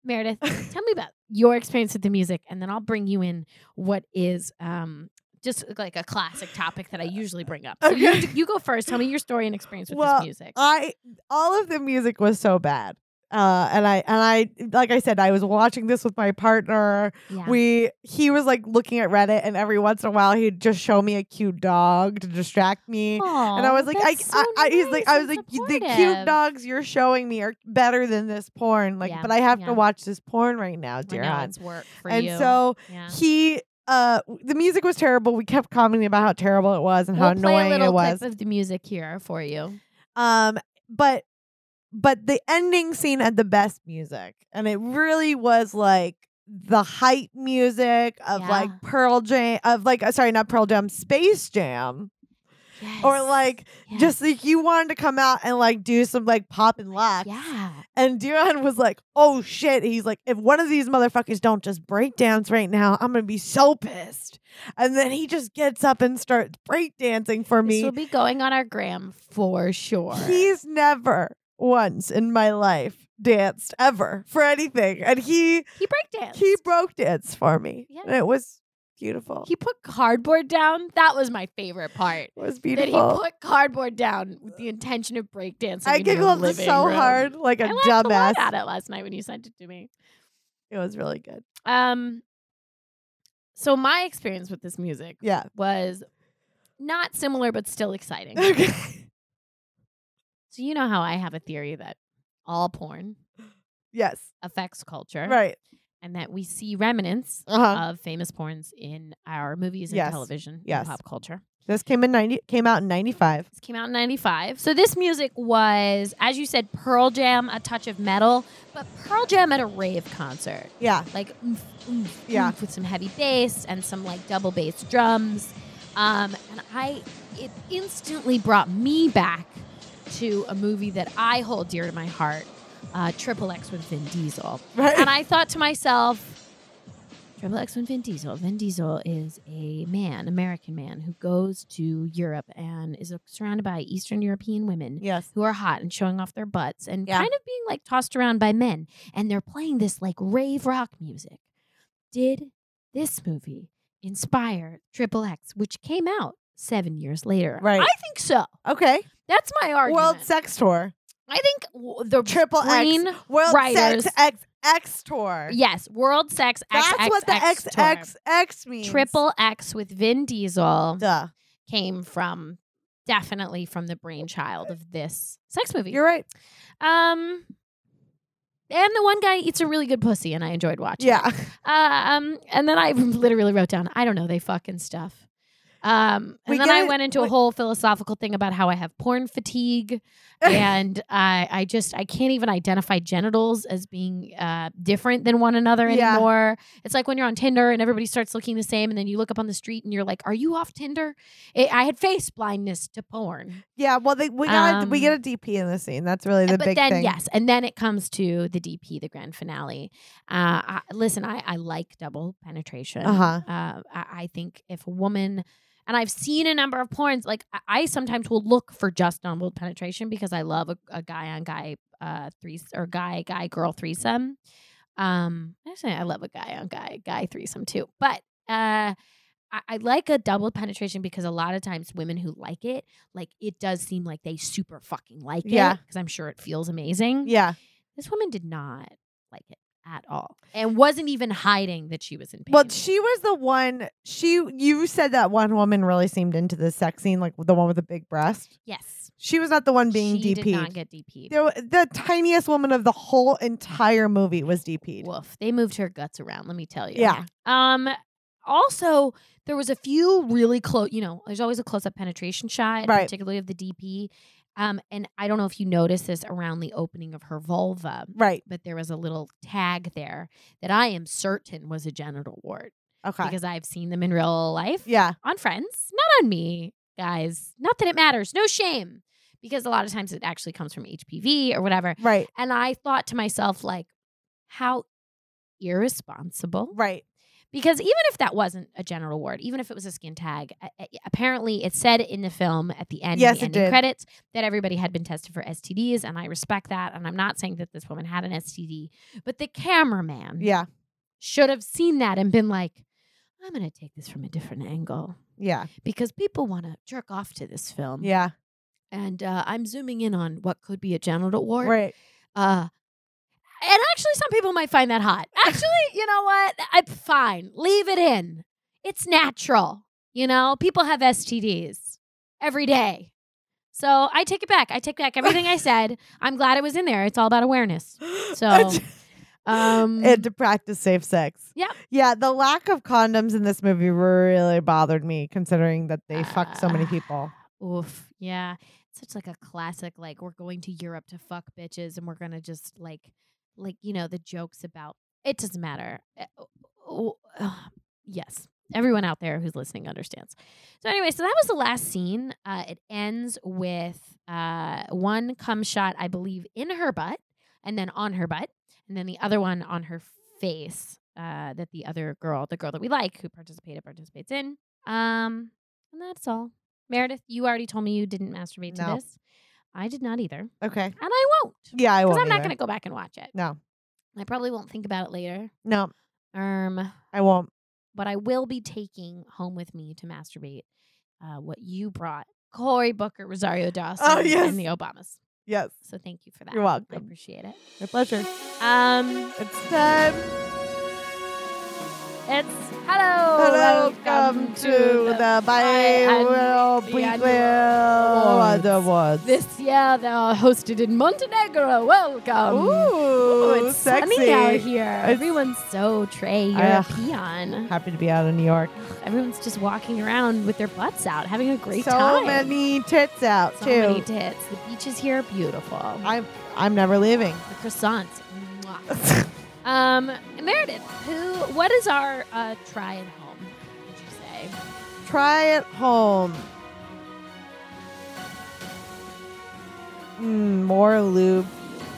Meredith, tell me about your experience with the music, and then I'll bring you in what is um, just like a classic topic that I usually bring up. So you, Okay. you go first. Tell me your story and experience with Well, this music. I all of the music was so bad. Uh, and I and I like I said I was watching this with my partner. yeah. We he was like looking at Reddit and every once in a while he'd just show me a cute dog to distract me. and I Aw, was like, I, that's I, so I, he's like, I nice was and like, "You- the cute supportive." dogs you're showing me are better than this porn. Like, Yeah, but I have yeah. to watch this porn right now, I dear know aunt. Oh it's work for And you. so yeah. he, uh, w- the music was terrible. We kept commenting about how terrible it was and how we'll play a annoying little it was. clip of the music here for you. um, but, but the ending scene had the best music, and it really was like the hype music of Yeah. like Pearl Jam, of like, uh, sorry, not Pearl Jam, Space Jam, or Yes. like Yes. just like you wanted to come out and like do some like pop and lock. yeah. And Dion was like, oh shit. He's like, if one of these motherfuckers don't just break dance right now, I'm gonna be so pissed. And then he just gets up and starts breakdancing for This me. will be going on our gram for sure. He's never once in my life danced ever for anything. And he he breakdanced. he broke dance for me. Yeah. And it was beautiful. He put cardboard down. That was my favorite part. it was That he beautiful. put cardboard down with the intention of breakdancing. I in your giggled living so room. hard like a I laughed a dumbass. lot at it last night when you sent it to me. It was really good. Um, so my experience with this music Yeah. was not similar, but still exciting. Okay. So you know how I have a theory that all porn yes. affects culture, Right. And that we see remnants Uh-huh. of famous porns in our movies and Yes. television, and Yes. pop culture. This came in ninety came out in ninety five. This came out in 95. So this music was, as you said, Pearl Jam, a touch of metal, but Pearl Jam at a rave concert. Yeah. Like, oomph, oomph, Yeah. oomph with some heavy bass and some like double bass drums. Um, and I, it instantly brought me back to a movie that I hold dear to my heart, uh, Triple X with Vin Diesel Right. and I thought to myself, Triple X and Vin Diesel. Vin Diesel is a man, American man, who goes to Europe and is uh, surrounded by Eastern European women yes. who are hot and showing off their butts and Yeah. kind of being like tossed around by men. And they're playing this like rave rock music. Did this movie inspire Triple X, which came out seven years later? Right. I think so. Okay. That's my argument. World Sex Tour. I think w- the Triple Green X. World Writers. Sex X X Tour. Yes, World Sex. That's what the XXX X tour. X X means. Triple X with Vin Diesel Duh. came from definitely from the brainchild of this sex movie. You're right. um, and the one guy eats a really good pussy, and I enjoyed watching. it. Yeah. Uh, um, and then I literally wrote down, I don't know, they fucking stuff. Um, and We then I get- went into a we- whole philosophical thing about how I have porn fatigue, and I, I just I can't even identify genitals as being uh, different than one another Yeah. anymore. It's like when you're on Tinder and everybody starts looking the same, and then you look up on the street and you're like, "Are you off Tinder?" It, I had face blindness to porn, Yeah. Well, they, we got we Um, get a DP in the scene. That's really the but big then thing. yes, and then it comes to the DP, the grand finale. Uh, I, listen, I, I like double penetration. Uh huh. uh, I, I think if a woman and I've seen a number of porns, like I, I sometimes will look for just double penetration because I love a, a guy on guy uh threes or guy guy girl threesome. Um, actually, I love a guy on guy guy threesome too, but uh. I- I like a double penetration because a lot of times women who like it, like it does seem like they super fucking like Yeah. it because I'm sure it feels amazing. Yeah. This woman did not like it at all and wasn't even hiding that she was in pain. Well, she was the one. She you said that one woman really seemed into the sex scene, like the one with the big breast. yes. She was not the one being she DP'd. did not get DP'd. There wa- the tiniest woman of the whole entire movie was DP'd. Woof. They moved her guts around, let me tell you. Yeah. Um also there was a few really close you know, there's always a close up penetration shot, Right. particularly of the DP. Um, and I don't know if you noticed this around the opening of her vulva, Right. but there was a little tag there that I am certain was a genital wart Okay. because I've seen them in real life yeah. on friends, not on me, guys. Not that it matters. No shame. Because a lot of times it actually comes from HPV or whatever. Right. And I thought to myself, like, how irresponsible Right. Because even if that wasn't a general ward, even if it was a skin tag, a- a- apparently it said in the film at the end, Yes, the it ending did. credits, that everybody had been tested for STDs, and I respect that. And I'm not saying that this woman had an STD, but the cameraman Yeah. should have seen that and been like, I'm going to take this from a different angle Yeah. because people want to jerk off to this film. Yeah. And uh, I'm zooming in on what could be a genital wart. Right. Uh, and actually, some people might find that hot. Actually, you know what? I'm fine. Leave it in. It's natural. You know, people have STDs every day. So I take it back. I take back everything I said. I'm glad it was in there. It's all about awareness. So, um, and to practice safe sex. Yep. Yeah. The lack of condoms in this movie really bothered me, considering that they fucked so many Uh, people. Oof. Yeah. Such like a classic, like we're going to Europe to fuck bitches and we're gonna just like like, you know, the jokes about it doesn't matter. Uh, oh, oh, yes. Everyone out there who's listening understands. So anyway, so that was the last scene. Uh, it ends with uh, one cum shot, I believe, in her butt, and then on her butt, and then the other one on her face. Uh, that the other girl, the girl that we like, who participated, participates in. Um, and that's all. Meredith, you already told me you didn't masturbate to No. this. I did not either, and Okay. I won't Yeah, I because won't. I'm not either. going to go back and watch it. No. I probably won't think about it later. No, Um, I won't. but I will be taking home with me to masturbate uh, what you brought, Cory Booker, Rosario Dawson, Oh, yes. and the Obamas. Yes. So thank you for that. You're I welcome. appreciate it. My pleasure. Um, It's time. it's hello, Hello, come to the and Bible the Weekly Awards. Awards. Awards. This year they are hosted in Montenegro. Welcome. Ooh, Oh, um, it's sexy. sunny out here. It's- Everyone's so Trey Ugh. European. Happy to be out in New York. Everyone's just walking around with their butts out, having a great so time. many tits out so too. many tits. The beaches here are beautiful. I'm I'm never leaving. the croissants. Mwah. um, Meredith, who? What is our uh, try at home? Would you say? Try it home. Mm, more lube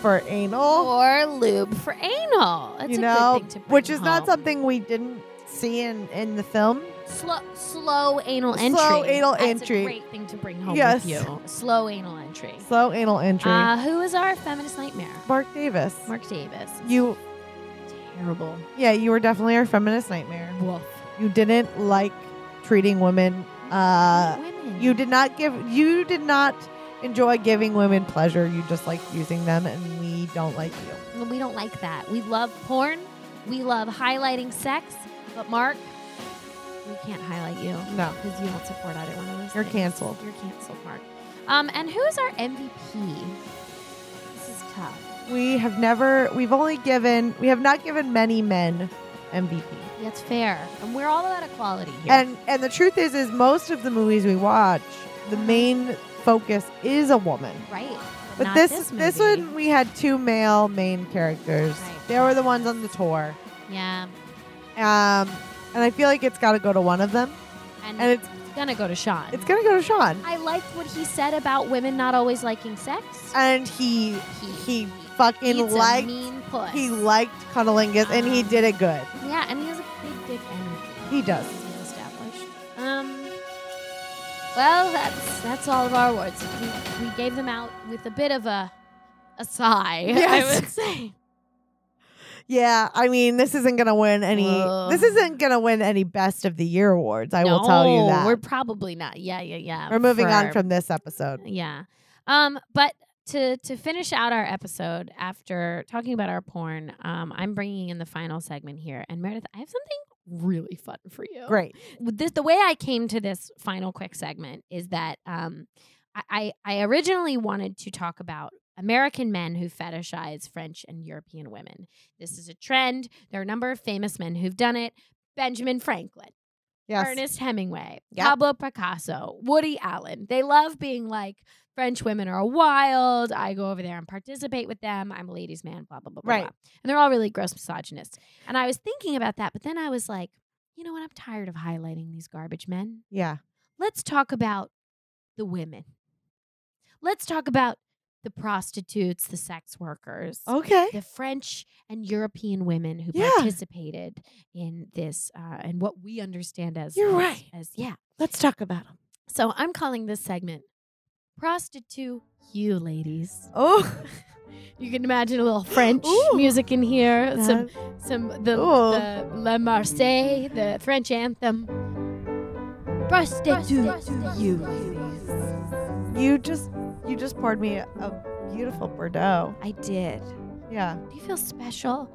for anal. Or lube for anal? That's you a know, good thing to bring which is not home. something we didn't see in in the film. Slow, slow anal Slow entry. anal That's entry. A great thing to bring home Yes. with you. Slow anal entry. Slow anal entry. Uh, who is our feminist nightmare? Mark Davis. Mark Davis. You Terrible. yeah, you were definitely our feminist nightmare. Wolf. You didn't like treating women uh Women. You did not give. You did not enjoy giving women pleasure. You just like using them, and we don't like you. Well, We don't like that. We love porn. We love highlighting sex. But Mark, we can't highlight you No. because you don't support either one of us. You're canceled. You're canceled, Mark. Um, and who is our MVP? This is tough. We have never. We've only given. We have not given many men MVP. That's fair. And we're all about equality here. And and the truth is, is most of the movies we watch, the main focus is a woman. right. But not this this, this, movie. one we had two male main characters. Right. They were the ones on the tour. Yeah. Um, and I feel like it's got to go to one of them, And, and it's it's gonna go to Sean. it's gonna go to Sean. I liked what he said about women not always liking sex. And he He- he fucking He's a liked mean puss. He liked cunnilingus, and he did it good. Yeah, and he has a big dick energy. He does. As we've established. Um. Well, that's that's all of our awards. We, we gave them out with a bit of a a sigh. I Yes. would say. Yeah, I mean, this isn't gonna win any. Whoa. This isn't gonna win any best of the year awards. I will tell No, you that. we're We're, probably not. Yeah, yeah, yeah. moving on for- from this episode. Yeah. Um, but to to finish out our episode after talking about our porn, um, I'm bringing in the final segment here, and Meredith, I have something really fun for you. Great. With This, the way I came to this final quick segment is that um, I, I I originally wanted to talk about. American men who fetishize French and European women. This is a trend. There are a number of famous men who've done it. Benjamin Franklin, Yes. Ernest Hemingway, Yep. Pablo Picasso, Woody Allen. They love being like French women are wild. I go over there and participate with them. I'm a ladies' man. Blah blah blah. Blah, Right. blah. And they're all really gross misogynists. And I was thinking about that, but then I was like, you know what? I'm tired of highlighting these garbage men Yeah. let's talk about the women. Let's talk about the prostitutes, the sex workers, Okay. the French and European women who Yeah. participated in this uh, and what we understand as You're as- right. as yeah. Let's talk about them. So I'm calling this segment "Prostitute You Ladies." Oh, You can imagine a little French Ooh. music in here, some that- some the, Ooh. the La Marseillaise, the French anthem. Prostitute You Ladies. you just you just poured me a beautiful Bordeaux. I did. Yeah, Do you feel special?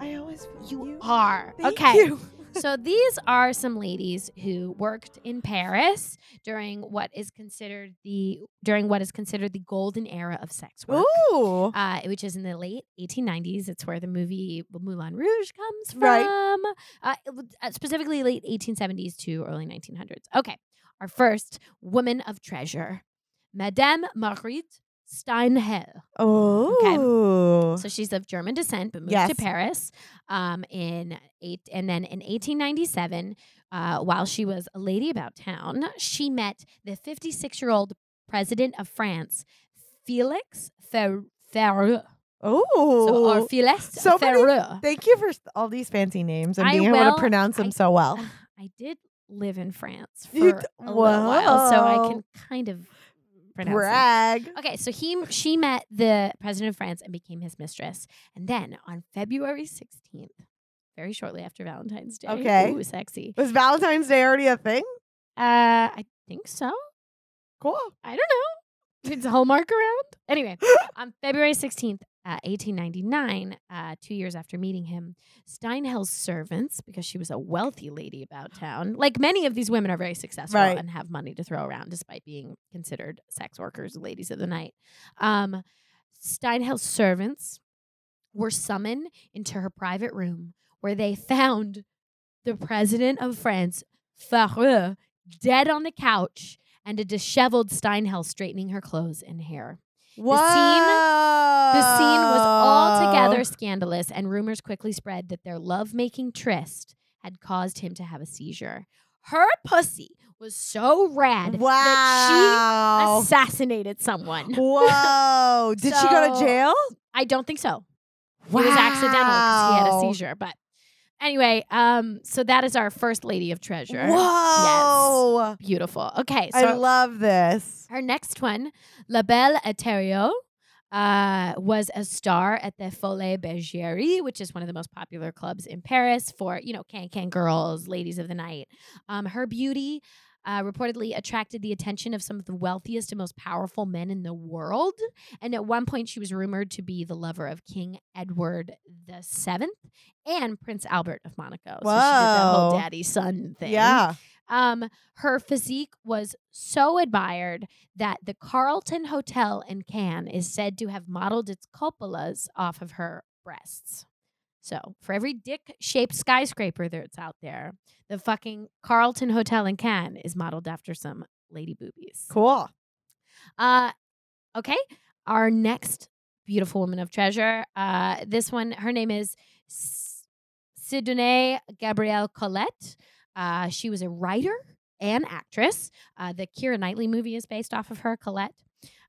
I always feel You are. Thank okay. you. so these are some ladies who worked in Paris during what is considered the during what is considered the golden era of sex work. Ooh. Uh, which is in the late 1890s. It's where the movie Moulin Rouge comes from. Right. Uh, it was- uh, specifically, late 1870s to early 1900s. Okay, our first woman of treasure, Madame Marguerite Steinhell. Oh. So she's of German descent, but moved to Yes. Paris um, in eight, and then in 1897, uh, while she was a lady about town, she met the 56 year old president of France, Felix Fer- Ferreux. oh. So, or Felix So many- Ferreux. Thank you for s- all these fancy names and I being able will- to pronounce them I- so well. Ugh, I did live in France for You a d- little while, so I Wow. can kind of pronounce them. Brag. Okay, so he she met the president of France and became his mistress. And then on February 16th, very shortly after Valentine's Day. Okay. Ooh, sexy. Was Valentine's Day already a thing? Uh, I think so. Cool. I don't know. It's a hallmark around. Anyway, on February 16th, uh, 1899, uh, two years after meeting him, Steinhell's servants, because she was a wealthy lady about town, like many of these women are very successful Right. and have money to throw around despite being considered sex workers, ladies of the night. Um, Steinhell's servants were summoned into her private room where they found the president of France, Fareux, dead on the couch and a disheveled Steinhell straightening her clothes and hair. Wow. The scene was altogether Oh. scandalous, and rumors quickly spread that their love-making tryst had caused him to have a seizure. Her pussy was so rad that she Wow. assassinated someone. Whoa. Did she go to So- jail? I don't think so. It was accidental because he had a Wow. seizure. But anyway, um, so that is our first lady of treasure. Whoa. Beautiful. Okay, so I love this. Her next one, La Belle Eterio, uh, was a star at the Folie Bergerie, which is one of the most popular clubs in Paris for, you know, can-can girls, ladies of the night. Um, her beauty uh, reportedly attracted the attention of some of the wealthiest and most powerful men in the world. And at one point, she was rumored to be the lover of King Edward the Seventh and Prince Albert of Monaco. So she did the whole Whoa. daddy-son thing. Yeah. Um, her physique was so admired that the Carlton Hotel in Cannes is said to have modeled its cupolas off of her breasts. So, for every dick shaped skyscraper that's out there, the fucking Carlton Hotel in Cannes is modeled after some lady boobies. Cool. Uh, okay. Our next beautiful woman of treasure. Uh, this one, her name is S- Sidonie Gabrielle Colette. Uh, she was a writer and actress. Uh, the Kira Knightley movie is based off of her, Colette.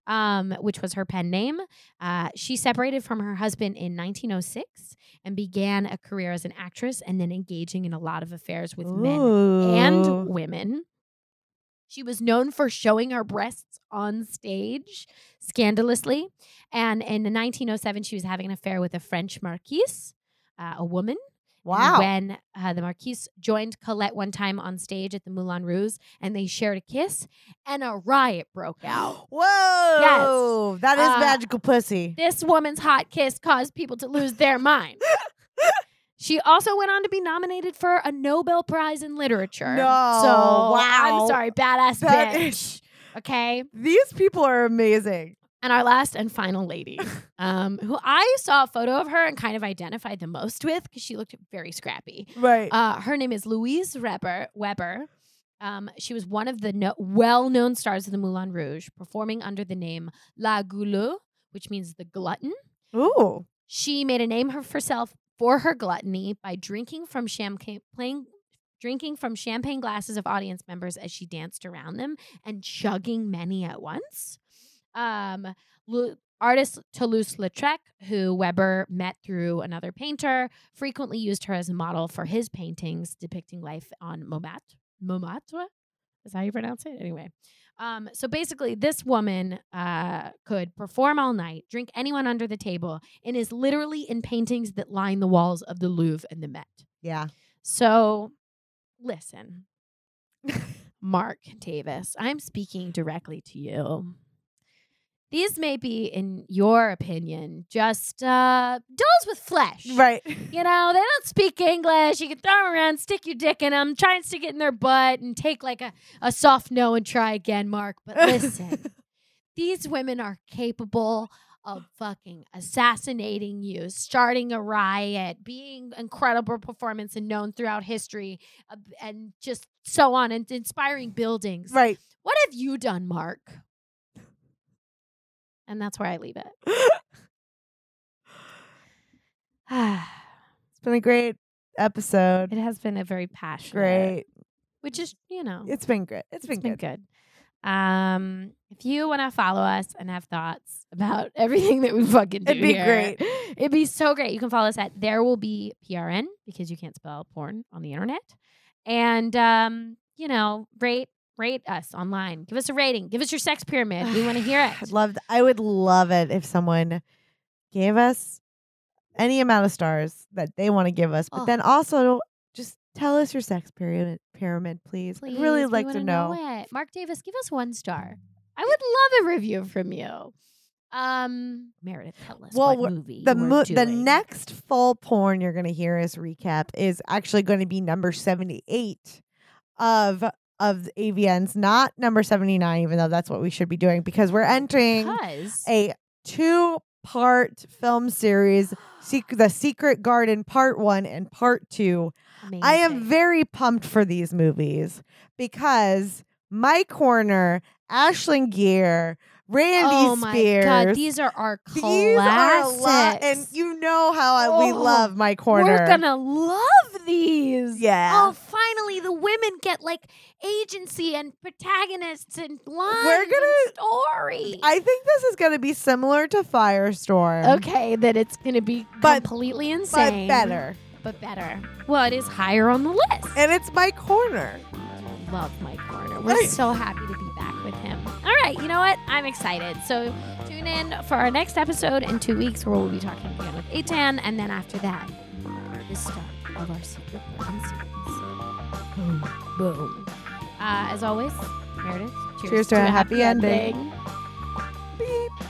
Um, which was her pen name. Uh, she separated from her husband in 1906 and began a career as an actress and then engaging in a lot of affairs with men and Ooh. women. She was known for showing her breasts on stage scandalously. And in 1907, she was having an affair with a French marquise, uh, a woman. And Wow. When uh, the marquise joined Colette one time on stage at the Moulin Rouge and they shared a kiss, and a riot broke out. Whoa. That is Uh, magical pussy. This woman's hot kiss caused people to lose their mind. She also went on to be nominated for a Nobel Prize in Literature. No, So I'm wow. sorry, badass That bitch. is- Okay. These people are amazing. And our last and final lady, um, who I saw a photo of her and kind of identified the most with because she looked very scrappy. Right. Uh, her name is Louise Weber. Weber. Um, she was one of the no- well-known stars of the Moulin Rouge, performing under the name La Goulou, which means the glutton. Ooh. She made a name of herself for her gluttony by drinking from champagne, playing, drinking from champagne glasses of audience members as she danced around them and chugging many at once. Um, Lu- Artist Toulouse Lautrec, who Weber met through another painter, frequently used her as a model for his paintings depicting life on Montmartre. Montmartre? Is how you pronounce it? Anyway. Um, so basically, this woman uh, could perform all night, drink anyone under the table, and is literally in paintings that line the walls of the Louvre and the Met. Yeah. So, listen, Mark Davis, I'm speaking directly to you. These may be, in your opinion, just uh, dolls with flesh. Right. You know, they don't speak English. You can throw them around, stick your dick in them, try and stick it in their butt, and take like a, a soft no and try again, Mark. But listen, these women are capable of fucking assassinating you, starting a riot, being incredible performance and known throughout history, uh, and just so on, and inspiring buildings. Right. What have you done, Mark? And that's where I leave it. It's been a great episode. it has been a very passionate, Great. which is you know, It's been great. it's been good. Um, if you want to follow us and have thoughts about everything that we fucking do, It'd be here, great. It'd be so great. You can follow us at there will be PRN because you can't spell porn on the internet, and um, you know, rate rate us online. Give us a rating. Give us your sex pyramid. We want to hear I'd it. love. th- I would love it if someone gave us any amount of stars that they want to give us, but Oh. then also just tell us your sex pyramid, pyramid, please. Please, I'd really we like wanna to know. it. Mark Davis, give us one star. I would love a review from you. Um, Meredith, tell us Well, what we're- movie The you mo- were the doing. next full porn you're going to hear us recap is actually going to be number 78 of of AVN's, not number 79 even though that's what we should be doing because we're entering because a two part film series Sec- the secret garden part one and part two i am Amazing. very pumped for these movies because my corner ashlyn gear randy oh my spears god, these are our classics. these are a lot and you know how I, we Oh, love my corner We're gonna love these. Yeah. Oh, finally, the women get like agency and protagonists and lines. gonna- and story. i think this is gonna be similar to firestorm okay, that it's gonna be But- completely but insane, better but better. Well, it is higher on the list. and it's my corner love Mike Warner. We're so happy to be back with him. All right, you know what? I'm excited. So tune in for our next episode in two weeks where we'll be talking again with Atan, and then after that, the start of our secret plan series. Boom, boom. Uh, as always, Meredith, cheers, Cheers to a happy ending. ending. Beep.